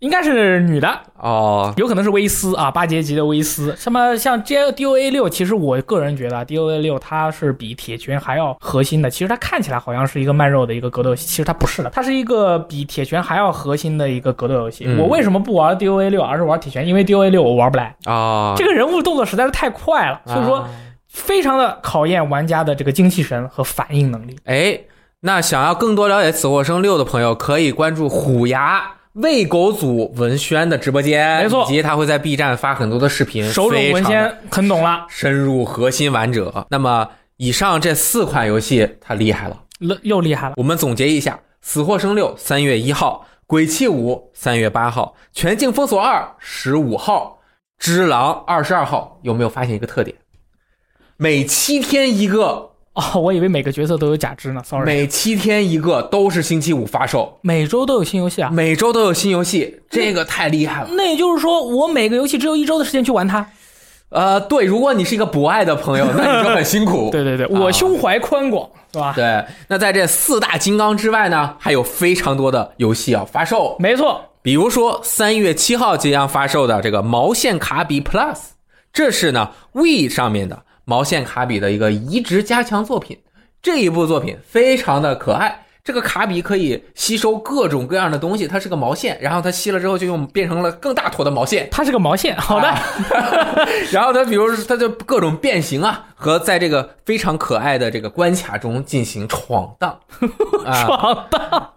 Speaker 1: 应该是女的，
Speaker 2: 哦，
Speaker 1: 有可能是威斯啊，八杰级的威斯。什么像 J DOA 六，其实我个人觉得啊 DOA 六它是比铁拳还要核心的。其实它看起来好像是一个慢肉的一个格斗游戏，其实它不是的，它是一个比铁拳还要核心的一个格斗游戏。
Speaker 2: 嗯
Speaker 1: 我为什么不玩 DOA 六，而是玩铁拳？因为 DOA 六我玩不来，
Speaker 2: 啊，
Speaker 1: 这个人物动作实在是太快了，所以说
Speaker 2: 啊
Speaker 1: 非常的考验玩家的这个精气神和反应能力。
Speaker 2: 哎，那想要更多了解《死或生六》的朋友，可以关注虎牙喂狗组文轩的直播间，
Speaker 1: 没错
Speaker 2: 以及他会在 B 站发很多的视频，
Speaker 1: 手冢文
Speaker 2: 非常地
Speaker 1: 先很懂了，
Speaker 2: 深入核心玩者。那么以上这四款游戏，它厉害了。
Speaker 1: 了又厉害了。
Speaker 2: 我们总结一下，《死或生六》三月一号，《鬼泣五》三月八号，《全境封锁二》十五号，《只狼》二十二号。有没有发现一个特点？每七天一个，
Speaker 1: 哦，我以为每个角色都有假肢呢，sorry。
Speaker 2: 每七天一个，都是星期五发售。
Speaker 1: 每周都有新游戏啊，
Speaker 2: 每周都有新 游戏，这个太厉害了。
Speaker 1: 那也就是说，我每个游戏只有一周的时间去玩它。
Speaker 2: 呃，对，如果你是一个不爱 的朋友，那你就很辛苦。
Speaker 1: 对对对，
Speaker 2: 啊
Speaker 1: 我胸怀宽广，是吧？
Speaker 2: 对，那在这四大金刚之外呢，还有非常多的游戏要发售，
Speaker 1: 没错，
Speaker 2: 比如说三月七号即将发售的这个毛线卡比 Plus，这是呢 We 上面的毛线卡比的一个移植加强作品。这一部作品非常的可爱，这个卡比可以吸收各种各样的东西，它是个毛线，然后它吸了之后就用变成了更大坨的毛线。
Speaker 1: 它是个毛线。好的，
Speaker 2: 然后它比如说它就各种变形啊，和在这个非常可爱的这个关卡中进行闯 荡，啊，
Speaker 1: 爽的。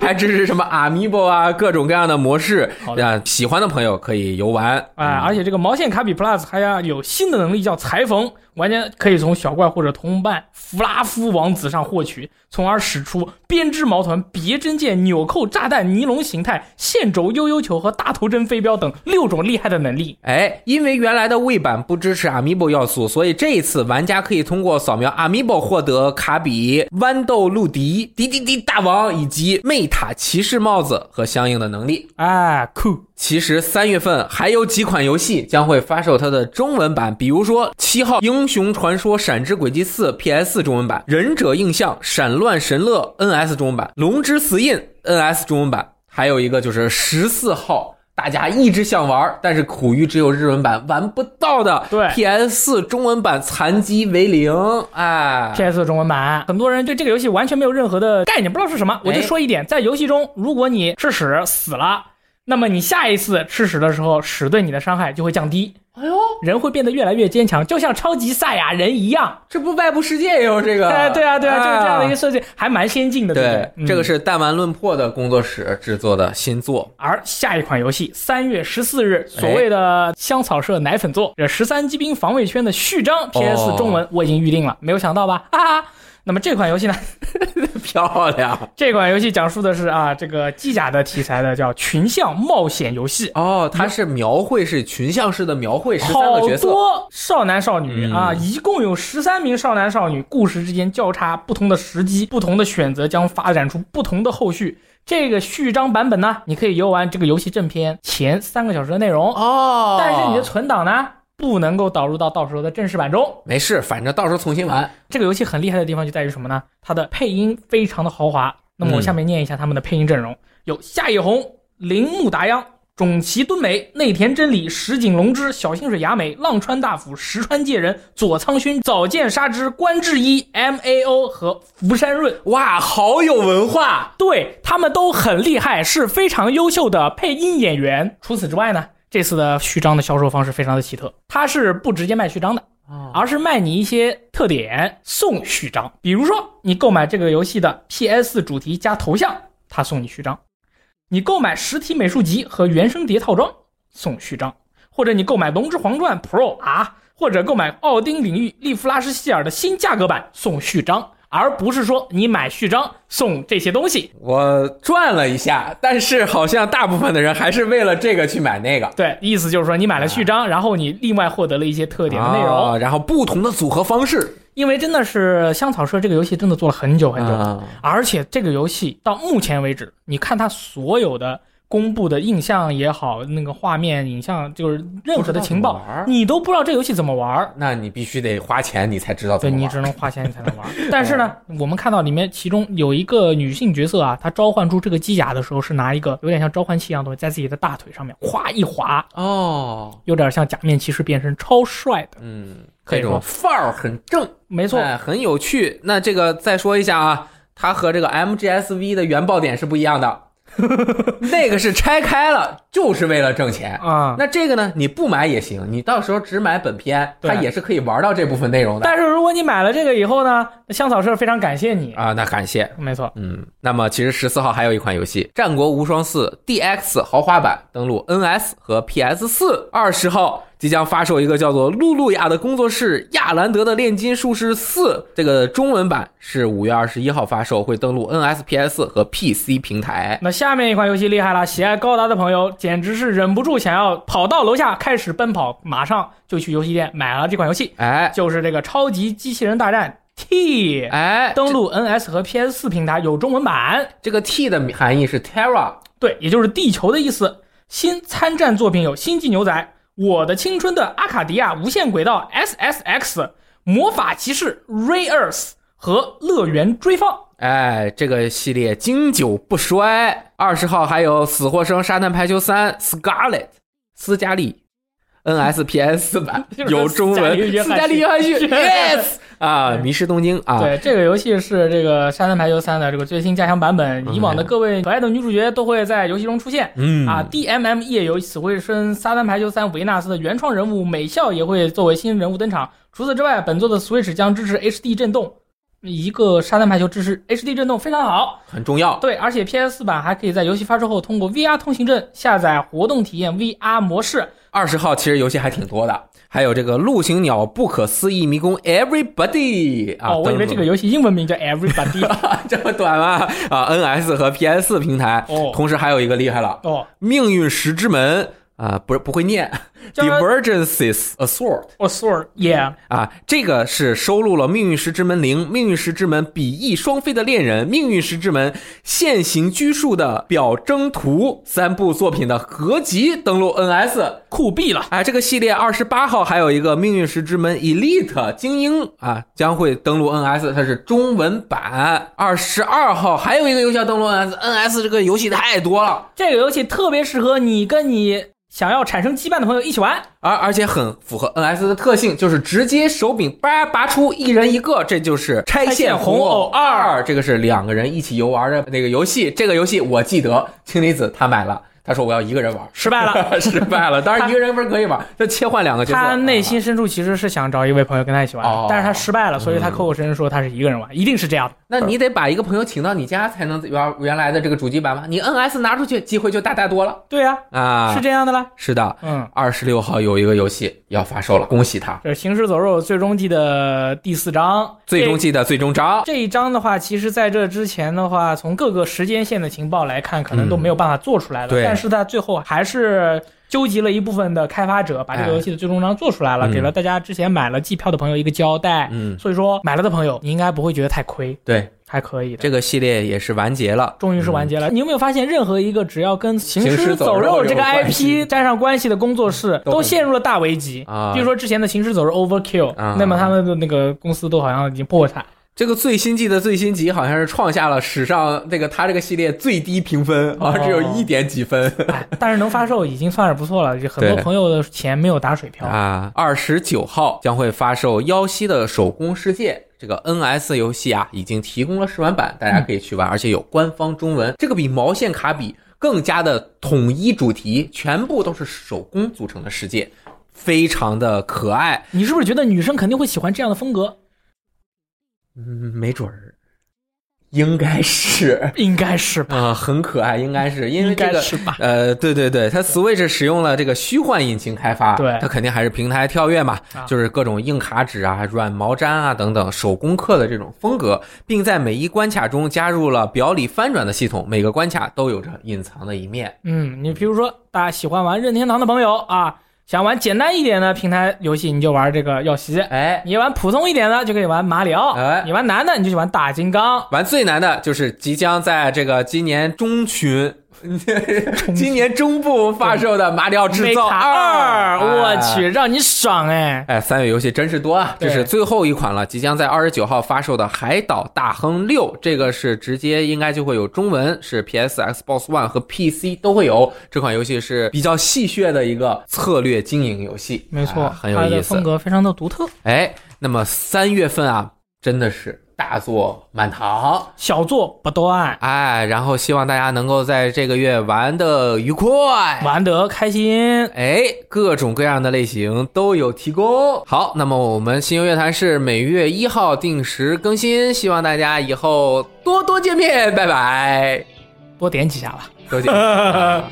Speaker 2: 还支持什么 Amiibo 啊，各种各样的模式
Speaker 1: 好的
Speaker 2: 啊，喜欢的朋友可以游玩。
Speaker 1: 哎，而且这个毛线卡比 Plus 还要有新的能力叫裁缝，玩家可以从小怪或者同伴弗拉夫王子上获取，从而使出编织毛团、别针线、纽扣、炸弹、尼龙形态、线轴、悠悠球和大头针飞镖等六种厉害的能力。
Speaker 2: 哎，因为原来的 w 版不支持 Amiibo 要素，所以这一次玩家可以通过扫描 Amiibo 获得卡比、豌豆露迪、迪迪迪大王以及魅塔骑士帽子和相应的能力。
Speaker 1: 哎，酷！
Speaker 2: 其实三月份还有几款游戏将会发售它的中文版，比如说七号《英雄传说：闪之轨迹四》PS 中文版，《忍者印象：闪乱神乐》NS 中文版，《龙之死印》NS 中文版，还有一个就是十四号。大家一直想玩，但是苦于只有日文版玩不到的，
Speaker 1: 对
Speaker 2: PS 中文版残疾为零，哎，
Speaker 1: PS 中文版，很多人对这个游戏完全没有任何的概念，不知道是
Speaker 2: 哎
Speaker 1: 什么。我就说一点，在游戏中，如果你吃屎死了，那么你下一次吃屎的时候，屎对你的伤害就会降低。哎呦，人会变得越来越坚强，就像超级赛亚人一样。
Speaker 2: 这不外部世界也有这个？
Speaker 1: 哎，对啊，对啊，就是这样的一
Speaker 2: 哎
Speaker 1: 个设计，还蛮先进的，不
Speaker 2: 呃对，
Speaker 1: 嗯
Speaker 2: 这个是弹丸论破的工作室制作的新作，
Speaker 1: 而下一款游戏，三月十四日，所
Speaker 2: 哎
Speaker 1: 谓的香草社奶粉作，这十三机兵防卫圈的序
Speaker 2: 哦
Speaker 1: 章 PS 中文我已经预定了，没有想到吧？哈哈。那么这款游戏呢？
Speaker 2: 漂亮。
Speaker 1: 这款游戏讲述的是啊，这个机甲的题材的叫群像冒险游戏，
Speaker 2: 哦，它是描绘是群像式的描绘十三
Speaker 1: 好
Speaker 2: 个角色，
Speaker 1: 多少男少女、
Speaker 2: 嗯
Speaker 1: 啊，一共有十三名少男少女，故事之间交叉不同的时机，不同的选择将发展出不同的后续。这个序章版本呢，你可以游玩这个游戏正片前三个小时的内容，
Speaker 5: 哦
Speaker 1: 但是你的存档呢不能够导入到到时候的正式版中。
Speaker 2: 没事，反正到时候重新玩。
Speaker 1: 这个游戏很厉害的地方就在于什么呢？它的配音非常的豪华。那么我下面念一下他们的配音阵容：有夏野红、铃木达央、种崎敦美、内田真理、石井龙之、小清水雅美、浪川大辅、石川界人、佐仓勋、早见沙织、关智一、M A O 和福山润。
Speaker 2: 哇，好有文化！
Speaker 1: 对他们都很厉害，是非常优秀的配音演员。除此之外呢，这次的序章的销售方式非常的奇特，它是不直接卖序章的，而是卖你一些特点送序章。比如说，你购买这个游戏的 PS 主题加头像，它送你序章；你购买实体美术集和原声碟套装送序章，或者你购买《龙之皇传 Pro 啊，或者购买奥丁领域利弗拉什希尔的新价格版送序章。而不是说你买序章送这些东西，
Speaker 2: 我转了一下，但是好像大部分的人还是为了这个去买那个
Speaker 1: 对，意思就是说你买了序章，然后你另外获得了一些特点的内容。
Speaker 2: 啊啊然后不同的组合方式。
Speaker 1: 因为真的是香草社这个游戏真的做了很久很久，
Speaker 2: 啊
Speaker 1: 而且这个游戏到目前为止，你看它所有的公布的印象也好，那个画面、影像，就是任何的情
Speaker 2: 不
Speaker 1: 报
Speaker 2: 知道怎么玩，
Speaker 1: 你都不知道这游戏怎么玩儿。
Speaker 2: 那你必须得花钱，你才知道
Speaker 1: 对
Speaker 2: 怎么
Speaker 1: 你
Speaker 2: 玩。
Speaker 1: 只能花钱你才能 玩儿。但是呢，我们看到里面其中有一个女性角色啊，她召唤出这个机甲的时候是拿一个有点像召唤器一样的东西在自己的大腿上面哗一划，
Speaker 2: 哦，
Speaker 1: 有点像假面骑士变身，超帅的。
Speaker 2: 嗯，
Speaker 1: 可以
Speaker 2: 这
Speaker 1: 说
Speaker 2: 种范儿很正，
Speaker 1: 没错，
Speaker 2: 哎很有趣。那这个再说一下啊，它和这个 MGSV 的原爆点是不一样的， 那个是拆开了，就是为了挣钱。
Speaker 1: 啊、
Speaker 2: 那这个呢，你不买也行，你到时候只买本片，它
Speaker 1: 对
Speaker 2: 也是可以玩到这部分内容的。
Speaker 1: 但是如果你买了这个以后呢，香草社非常感谢你。
Speaker 2: 啊，那感谢。
Speaker 1: 没错，
Speaker 2: 嗯，那么其实十四号还有一款游戏《战国无双四 DX 豪华版》登陆 NS 和 PS 四。二十号即将发售一个叫做露露亚的工作室《亚兰德的炼金术士四》，这个中文版是五月二十一号发售，会登陆 NS、PS 和 PC 平台。
Speaker 1: 那下面一款游戏厉害了，喜爱高达的朋友简直是忍不住想要跑到楼下开始奔跑，马上就去游戏店买了这款游戏，
Speaker 2: 哎
Speaker 1: 就是这个《超级机器人大战 T》。
Speaker 2: 哎，
Speaker 1: 登陆 NS 和 PS 四平台有中文版，
Speaker 2: 这个 T 的含义是 Terra，
Speaker 1: 对，也就是地球的意思。新参战作品有《星际牛仔》《我的青春的阿卡迪亚》《无限轨道 SSX》《魔法骑士 Ray Earth》和《乐园追放》。
Speaker 2: 哎，这个系列经久不衰。二十号还有《死或生沙滩排球三》Scarlet 斯嘉丽 NSPS 版有中文，斯
Speaker 1: 斯
Speaker 2: 嘉
Speaker 1: 嘉
Speaker 2: 丽
Speaker 1: 丽
Speaker 2: 约
Speaker 1: 约
Speaker 2: 翰
Speaker 1: 翰逊
Speaker 2: 逊 Yes 啊，迷失东京啊，
Speaker 1: 对，这个游戏是这个《沙滩排球三》的这个最新加强版本，以往的各位可爱的女主角都会在游戏中出现。
Speaker 2: 嗯
Speaker 1: 啊，DMM 夜游死会生《沙滩排球三》维纳斯的原创人物美笑也会作为新人物登场。除此之外，本作的 Switch 将支持 HD 震动，一个沙滩排球支持 HD 震动非常好。
Speaker 2: 很重要。
Speaker 1: 对，而且 PS 版还可以在游戏发售后通过 VR 通行证下载活动体验 VR 模式。
Speaker 2: 二十号其实游戏还挺多的，还有这个《陆行鸟不可思议迷宫》Everybody 啊，
Speaker 1: 哦，我以为
Speaker 2: 登
Speaker 1: 这
Speaker 2: 陆
Speaker 1: 个游戏英文名叫 Everybody。
Speaker 2: 这么短吗？啊，NS 和 PS 平台，
Speaker 1: 哦
Speaker 2: 同时还有一个厉害了，
Speaker 1: 哦，
Speaker 2: 命运石之门啊，不是不会念
Speaker 1: 叫它
Speaker 2: ，Divergences Assault
Speaker 1: 哦，Sword，Yeah。
Speaker 2: 啊，这个是收录了《命运石之门零》《命运石之门比翼双飞的恋人》《命运石之门现行拘束的表征图》三部作品的合集，登录 NS。
Speaker 1: 酷毙了！
Speaker 2: 啊，这个系列二十八号还有一个《命运石之门 Elite 精英》啊，将会登陆 NS，它是中文版。二十二号还有一个游戏要登陆 NS，NS 这个游戏太多了。
Speaker 1: 这个游戏特别适合你跟你想要产生羁绊的朋友一起玩。
Speaker 2: 而而且很符合 NS 的特性，就是直接手柄叭拔出，一人一个，这就是《拆线红偶二》，这个是两个人一起游玩的那个游戏。这个游戏我记得氢离子他买了，他说我要一个人玩，
Speaker 1: 失 败了。
Speaker 2: 失败了。当然一个人不是可以玩，就切换两个角色。
Speaker 1: 他内心深处其实是想找一位朋友跟他一起玩，
Speaker 2: 啊哦
Speaker 1: 但是他失败了，所以他口口声声说他是一个人玩，一定是这样的。
Speaker 2: 那你得把一个朋友请到你家才能玩原来的这个主机版吧？你 NS 拿出去，机会就大大多了
Speaker 1: 对呀、
Speaker 2: 啊！
Speaker 1: 是这样的啦。
Speaker 2: 是的，
Speaker 1: 嗯，
Speaker 2: 二十六号有一个游戏要发售了，恭喜他！
Speaker 1: 这是《行尸走肉》最终季的第四章，
Speaker 2: 最终季的最终章
Speaker 1: 这这一章的话，其实在这之前的话，从各个时间线的情报来看，可能都没有办法做出来了。
Speaker 2: 嗯对
Speaker 1: 但是他最后还是纠集了一部分的开发者，把这
Speaker 2: 哎
Speaker 1: 个游戏的最终章做出来了，
Speaker 2: 嗯
Speaker 1: 给了大家之前买了季票的朋友一个交代。
Speaker 2: 嗯
Speaker 1: 所以说买了的朋友，你应该不会觉得太亏。
Speaker 2: 对，
Speaker 1: 还可以的。
Speaker 2: 这个系列也是完结了。嗯
Speaker 1: 终于是完结了。你有没有发现，任何一个只要跟《行
Speaker 2: 行
Speaker 1: 尸
Speaker 2: 尸走
Speaker 1: 走
Speaker 2: 肉
Speaker 1: 肉》这
Speaker 2: 有
Speaker 1: 个
Speaker 2: 关系嗯
Speaker 1: IP 沾上关系的工作室，
Speaker 2: 都
Speaker 1: 都陷入了大危机
Speaker 2: 啊
Speaker 1: 比如说之前的《行尸走肉》Overkill，
Speaker 2: 啊
Speaker 1: 那么他们的那个公司都好像已经破产。
Speaker 2: 这个最新季的最新集好像是创下了史上那个他这个系列最低评分，好像只有
Speaker 1: 哦
Speaker 2: 一点几分
Speaker 1: 哎，但是能发售已经算是不错了，就很多
Speaker 2: 对
Speaker 1: 朋友的钱没有打水漂。
Speaker 2: 啊。二十九号将会发售《妖西的手工世界》这个 NS 游戏啊，已经提供了试玩版，
Speaker 1: 嗯
Speaker 2: 大家可以去玩，而且有官方中文。这个比毛线卡比更加的统一主题，全部都是手工组成的世界，非常的可爱。
Speaker 1: 你是不是觉得女生肯定会喜欢这样的风 格？
Speaker 2: 嗯，没准儿，应该是。
Speaker 1: 应该是吧，
Speaker 2: 啊、很可爱，应该是因为
Speaker 1: 应
Speaker 2: 这
Speaker 1: 该
Speaker 2: 个
Speaker 1: 是吧。
Speaker 2: 呃，对对对，它 Switch 使用了这个虚幻引擎开发，
Speaker 1: 对
Speaker 2: 它肯定还是平台跳跃嘛，
Speaker 1: 啊
Speaker 2: 就是各种硬卡纸啊、软毛毡啊等等手工课的这种风格，并在每一关卡中加入了表里翻转的系统，每个关卡都有着隐藏的一面。
Speaker 1: 嗯，你比如说，大家喜欢玩任天堂的朋友啊，想玩简单一点的平台游戏，你就玩这个耀西；
Speaker 2: 哎，
Speaker 1: 你玩普通一点的，就可以玩马里奥；
Speaker 2: 哎
Speaker 1: 你玩难的，你就去玩大金刚。
Speaker 2: 完最难的就是即将在这个今年中旬。今年中部发售的《马里奥制
Speaker 1: 美
Speaker 2: 造
Speaker 1: 卡
Speaker 2: 二
Speaker 1: 二，》，我
Speaker 2: 哎
Speaker 1: 去，让你爽哎！
Speaker 2: 哎，三月游戏真是多啊！这
Speaker 1: 对
Speaker 2: 是最后一款了，即将在二十九号发售的《海岛大亨六》，这个是直接应该就会有中文，是 PS、Xbox One 和 PC 都会有。这款游戏是比较戏谑的一个策略经营游戏，
Speaker 1: 没错，
Speaker 2: 啊很有
Speaker 1: 它的
Speaker 2: 意
Speaker 1: 风
Speaker 2: 思。
Speaker 1: 格非常的独特。
Speaker 2: 哎，那么三月份啊，真的是大作满堂。
Speaker 1: 小作不断，
Speaker 2: 哎，然后希望大家能够在这个月玩的愉快，
Speaker 1: 玩得开心。
Speaker 2: 哎，各种各样的类型都有提供。好，那么我们新游乐坛是每月一号定时更新，希望大家以后多多见面，拜拜，
Speaker 1: 多点几下吧。
Speaker 2: 多见。啊